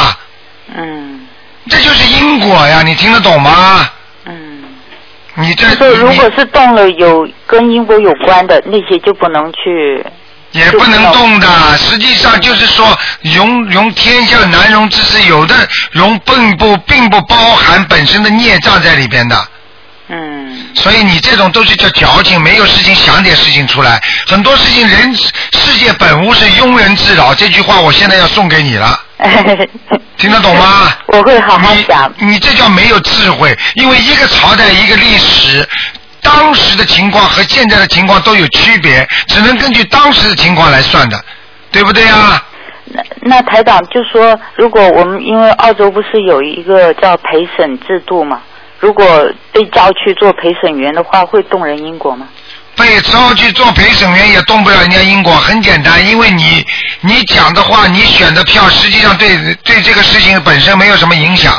嗯，这就是因果呀，你听得懂吗？嗯，你这所以如果是动了有跟因果有关的那些就不能去也不能动的。实际上就是说，容容天下难容之事，有的容并不并不包含本身的孽障在里边的。嗯。所以你这种都是叫矫情，没有事情想点事情出来。很多事情人世界本无事，庸人自扰。这句话我现在要送给你 了。听得懂吗？我会好好想。你这叫没有智慧，因为一个朝代一个历史，当时的情况和现在的情况都有区别，只能根据当时的情况来算的，对不对啊？那那台长就说，如果我们因为澳洲不是有一个叫陪审制度嘛，如果被招去做陪审员的话，会动人因果吗？被招去做陪审员也动不了人家因果，很简单，因为你你讲的话，你选的票，实际上对对这个事情本身没有什么影响，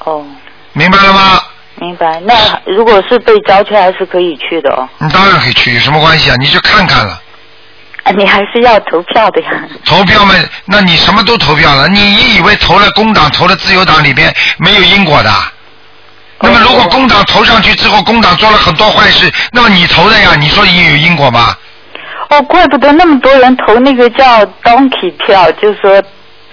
哦，明白了吗？明白。那如果是被招去，还是可以去的哦。你当然可以去，有什么关系啊？你就看看了。啊，你还是要投票的呀。投票嘛，那你什么都投票了，你以为投了工党、投了自由党里边没有因果的？那么如果工党投上去之后，工党做了很多坏事，那么你投的呀，你说你有因果吗？哦，怪不得那么多人投那个叫 donkey 票，就是说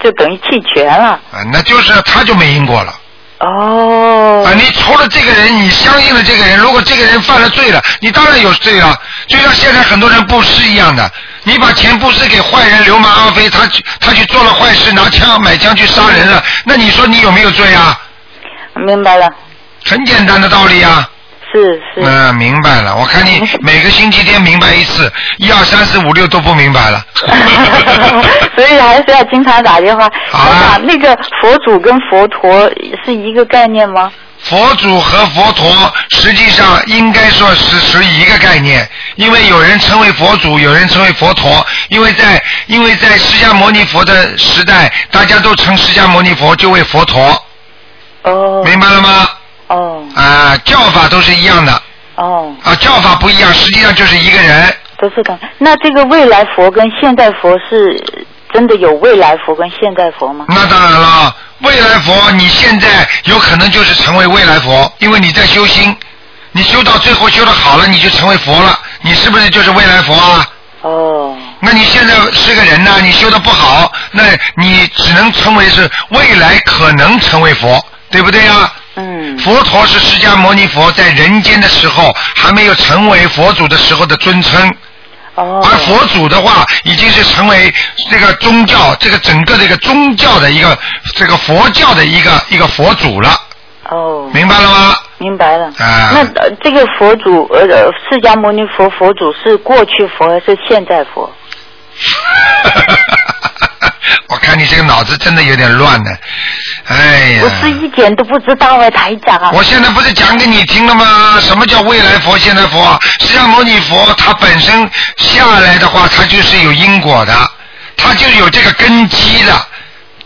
就等于弃权了。啊，那就是他就没因果了。 哦。啊，你除了这个人，你相信了这个人，如果这个人犯了罪了，你当然有罪了，就像现在很多人布施一样的，你把钱布施给坏人流氓阿飞，他去他去做了坏事，拿枪买枪去杀人了，那你说你有没有罪啊？明白了，很简单的道理啊。是是。嗯，明白了。我看你每个星期天明白一次，一二三四五六都不明白了。所以还是要经常打电话。啊。那个佛祖跟佛陀是一个概念吗？佛祖和佛陀实际上应该说是属于一个概念，因为有人称为佛祖，有人称为佛陀，因为在因为在释迦牟尼佛的时代，大家都称释迦牟尼佛就为佛陀。哦。明白了吗？哦啊，叫法都是一样的哦，啊，叫法不一样，实际上就是一个人。都是感。那这个未来佛跟现代佛是真的有未来佛跟现代佛吗？那当然了，未来佛，你现在有可能就是成为未来佛，因为你在修心，你修到最后修的好了，你就成为佛了，你是不是就是未来佛啊？哦那你现在是个人呐，你修的不好，那你只能称为是未来可能成为佛，对不对呀、嗯佛陀是释迦牟尼佛在人间的时候还没有成为佛祖的时候的尊称，哦而佛祖的话已经是成为这个宗教这个整个的一个宗教的一个这个佛教的一个一个佛祖了，哦，明白了吗？明白了。啊那、呃这个佛祖呃呃释迦牟尼佛佛祖是过去佛还是现在佛？我看你这个脑子真的有点乱呢，哎呀我！是一点都不知道哎，台长啊。我现在不是讲给你听了吗？什么叫未来佛、现代佛啊？释迦牟尼佛他本身下来的话，他就是有因果的，他就有这个根基的。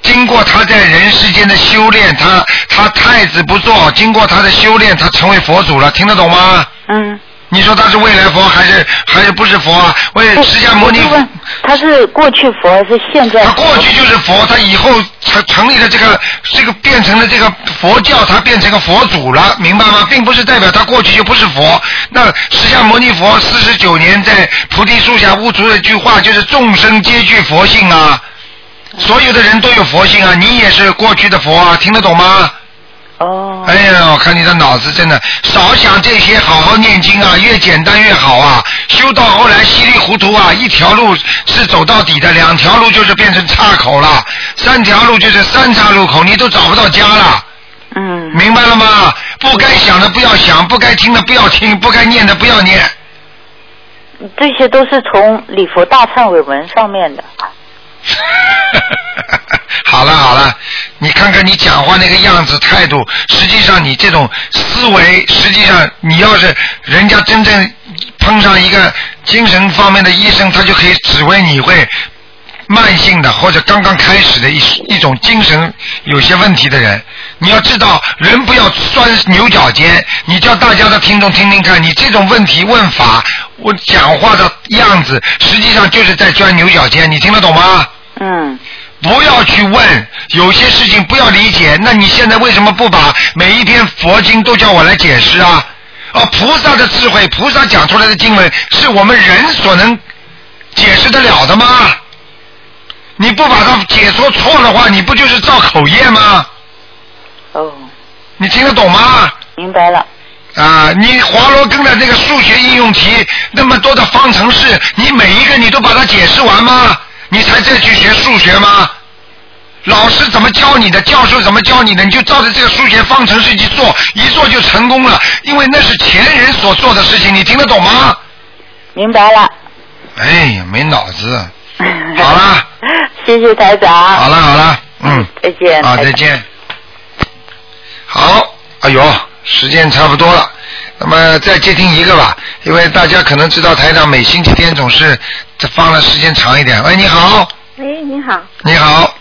经过他在人世间的修炼，他他太子不做，经过他的修炼，他成为佛祖了，听得懂吗？嗯。你说他是未来佛还是还是不是佛啊？为释迦牟尼我就佛问他是过去佛还是现在他佛？过去就是佛，他以后成成立了这个这个变成了这个佛教，他变成个佛祖了，明白吗？并不是代表他过去就不是佛。那释迦牟尼佛四十九年在菩提树下悟出了一句话，就是众生皆具佛性啊，所有的人都有佛性啊，你也是过去的佛啊，听得懂吗？哦。哎呀，我看你的脑子真的少想这些，好好念经啊，越简单越好啊。修到后来稀里糊涂啊，一条路是走到底的，两条路就是变成岔口了，三条路就是三岔路口，你都找不到家了。嗯。明白了吗？不该想的不要想，不该听的不要听，不该念的不要念。这些都是从礼佛大忏悔文上面的。好了好了，你看看你讲话那个样子态度，实际上你这种思维，实际上你要是人家真正碰上一个精神方面的医生，他就可以指挥你会慢性的或者刚刚开始的一一种精神有些问题的人。你要知道，人不要钻牛角尖。你叫大家的听众听听看，你这种问题问法，我讲话的样子，实际上就是在钻牛角尖。你听得懂吗？嗯，不要去问，有些事情不要理解。那你现在为什么不把每一篇佛经都叫我来解释啊？哦，菩萨的智慧，菩萨讲出来的经文是我们人所能解释得了的吗？你不把它解说错的话，你不就是造口业吗？哦，你听得懂吗？明白了。啊，你华罗庚的那个数学应用题，那么多的方程式，你每一个你都把它解释完吗？你才再去学数学吗？老师怎么教你的，教授怎么教你的，你就照着这个数学方程式去做，一做就成功了，因为那是前人所做的事情，你听得懂吗？明白了。哎呀，没脑子。好啦，谢谢台长。好了好了，嗯，再见。啊，台再长。见。好，哎呦，时间差不多了，那么再接听一个吧，因为大家可能知道台长每星期天总是放的时间长一点。喂，你好，喂，你好，你好，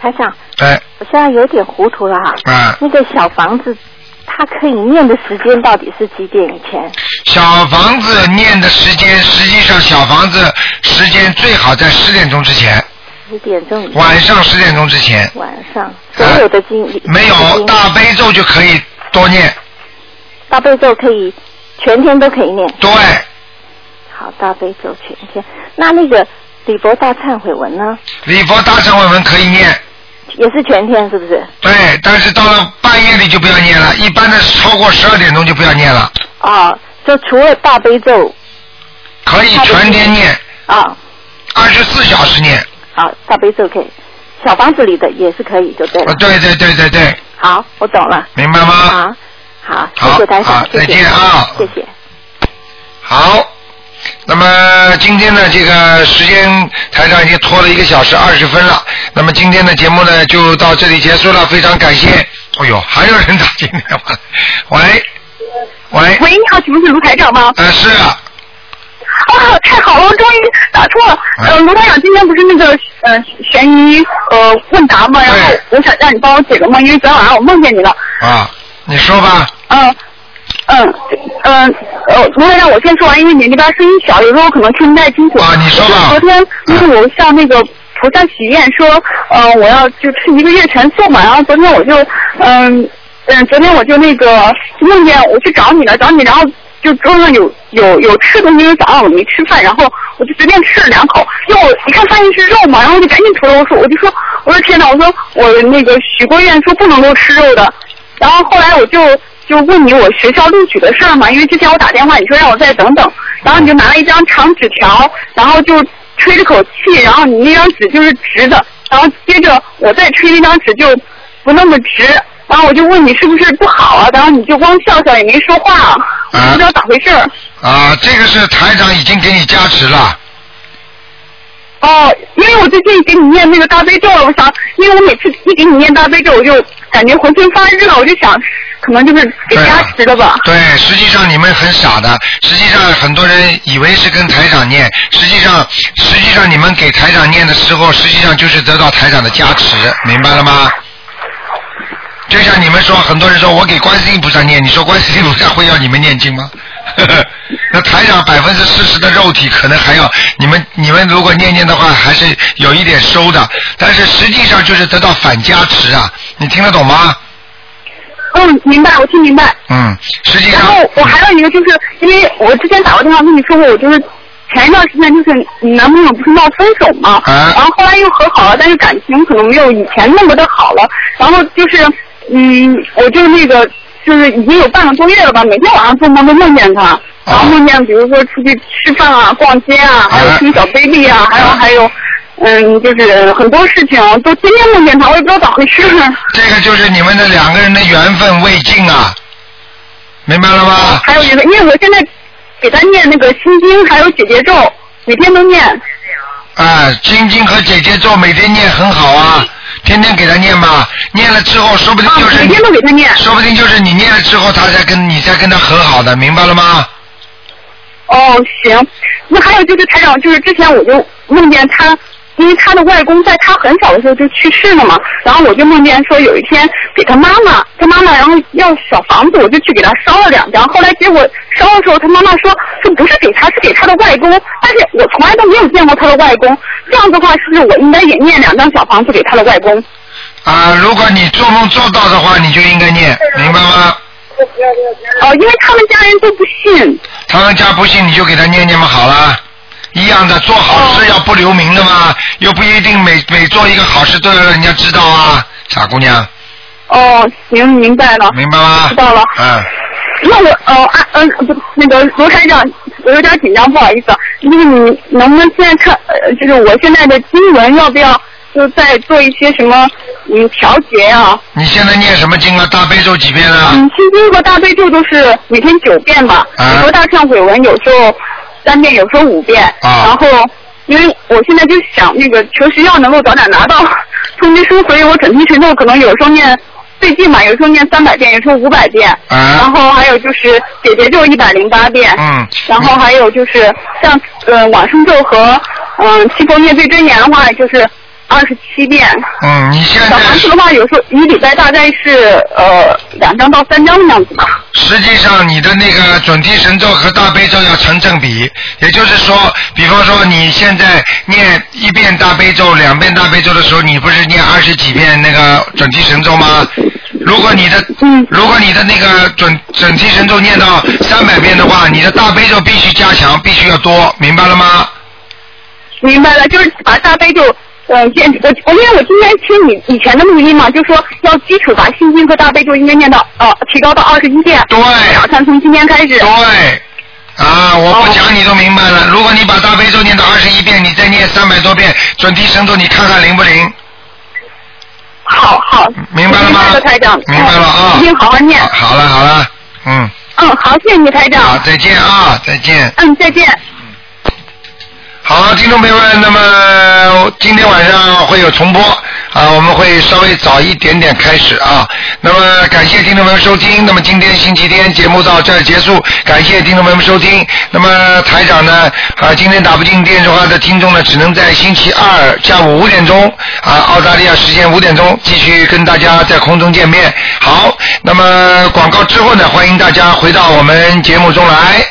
台长，哎，我现在有点糊涂了哈。啊那个小房子，它可以念的时间到底是几点以前？小房子念的时间，实际上小房子时间最好在十点钟之前，十点钟以前。晚上十点钟之前，晚上所有的经历、没有大悲咒就可以多念。大悲咒可以全天都可以念。对。好，大悲咒全天。那那个李博大忏悔文呢，礼佛大忏悔文可以念，也是全天是不是？对，但是到了半夜里就不要念了，一般的超过十二点钟就不要念了，哦，就除了大悲咒。可以全天念，啊、二十四小时念。好，大悲咒可以，小房子里的也是可以，就对了。啊，对对对对对，好，我懂了。明白吗？好，好谢谢台好长，谢谢再见啊谢谢。好，那么今天呢，这个时间台上已经拖了一个小时二十分了，那么今天的节目呢就到这里结束了，非常感谢。哎呦，还有人打进电话，喂喂，喂，你好，请问是卢台长吗？呃，是啊，啊，太好了，我终于打通了。啊呃，卢台长今天不是那个呃悬疑呃问答吗？然后我想让你帮我解个梦，因为昨天晚上我梦见你了。啊，你说吧，嗯嗯嗯呃，卢台长，我先说完，因为你那边声音小，有时候我可能听不太清楚。啊，你说吧。昨天因为我向那个菩萨许愿说，呃，我要就吃一个月全素嘛，然后昨天我就嗯嗯，昨天我就那个梦见我去找你了，找你，然后就桌上有有有吃东西，因为早上我没吃饭，然后我就随便吃了两口，因为我一看发现是肉嘛，然后我就赶紧吐了，我说我就说我说天哪，我说我那个许过愿说不能够吃肉的，然后后来我就就问你我学校录取的事儿嘛，因为之前我打电话你说让我再等等，然后你就拿了一张长纸条，然后就吹了口气，然后你那张纸就是直的，然后接着我再吹那张纸就不那么直，然后我就问你是不是不好啊，然后你就光笑笑也没说话，我不知道咋回事儿。啊，这个是台长已经给你加持了。哦，因为我最近给你念那个大悲咒了，我想，因为我每次一给你念大悲咒，我就感觉浑身发热，我就想，可能就是给加持的吧。对，实际上你们很傻的，实际上很多人以为是跟台长念，实际上实际上你们给台长念的时候，实际上就是得到台长的加持，明白了吗？就像你们说，很多人说我给观世音菩萨念，你说观世音菩萨会要你们念经吗？ 那台长百分之四十的肉体可能还要你们你们如果念念的话，还是有一点收的，但是实际上就是得到反加持啊，你听得懂吗？嗯，明白，我听明白。嗯，实际上。然后我还有一个，就是因为我之前打过电话跟你说过，我就是前一段时间就是你男朋友不是闹分手嘛，啊然后后来又和好了，但是感情可能没有以前那么的好了。然后就是，嗯，我就那个就是已经有半个多月了吧，每天晚上做梦都梦见啊他，然后梦见比如说出去吃饭啊、逛街啊，还有听小 baby 啊，还有还有。嗯，就是很多事情都天天梦见他，我也不知道咋回事。这个就是你们的两个人的缘分未尽啊，明白了吗？还有一个，因为我现在给他念那个心经，还有姐姐咒，每天都念。啊，晶晶和姐姐咒每天念很好啊，天天给她念吧，念了之后说不定就是每天哦都给她念，说不定就是你念了之后，她才跟你才跟她和好的，明白了吗？哦，行。那还有就是台长，就是之前我就梦见他，因为他的外公在他很小的时候就去世了嘛，然后我就梦见说有一天给他妈妈，他妈妈然后要小房子，我就去给他烧了两张，后来结果烧的时候，他妈妈说这不是给他，是给他的外公，但是我从来都没有见过他的外公，这样的话是不是我应该也念两张小房子给他的外公？啊，如果你做梦做到的话，你就应该念，明白吗？哦，因为他们家人都不信。他们家不信，你就给他念念嘛，好了。一样的，做好事要不留名的嘛，又不一定每每做一个好事都要让人家知道啊，傻姑娘，哦，行，明白了。明白吗？知道了。嗯，那我呃啊嗯、不那个罗台长，我有点紧张，不好意思啊，就是你能不能现在看，呃，就是我现在的经文要不要就再做一些什么嗯调节啊？你现在念什么经啊？大悲咒几遍啊？嗯，心经和大悲咒都是每天九遍吧，啊有时候大忏悔文有时候三遍，有时候五遍，啊然后。因为我现在就想那个求学校能够早点拿到通知书，所以我整天神咒可能有时候念最近吧，有时候念三百遍，有时候五百遍，啊然后还有就是姐姐咒一百零八遍，嗯，然后还有就是像呃往生咒和嗯七佛灭罪真言的话就是二十七遍，嗯，你现在小房子的话有时候一礼拜大概是呃两张到三张的样子吧。实际上你的那个准提神咒和大悲咒要成正比，也就是说，比方说你现在念一遍大悲咒、两遍大悲咒的时候，你不是念二十几遍那个准提神咒吗？如果你的，如果你的那个准准提神咒念到三百遍的话，你的大悲咒必须加强，必须要多，明白了吗？明白了，就是把大悲咒，嗯，坚我我因为我今天听你以前的录音嘛，就说要基础把心经和大悲咒应该念到呃提高到二十一遍，对，打算从今天开始，对，啊，我不讲你都明白了。如果你把大悲咒念到二十一遍，你再念三百多遍准提神咒，你看看灵不灵？好好，明白了吗？台长，明白了啊一定好好念，好了好了，嗯，嗯，好，谢谢你台长，好，再见啊，再见。嗯，再见。好，听众朋友们，那么今天晚上会有重播啊，我们会稍微早一点点开始啊。那么感谢听众朋友收听，那么今天星期天节目到这儿结束，感谢听众朋友们收听。那么台长呢，啊，今天打不进电话的听众呢，只能在星期二下午五点钟啊，澳大利亚时间五点钟继续跟大家在空中见面。好，那么广告之后呢，欢迎大家回到我们节目中来。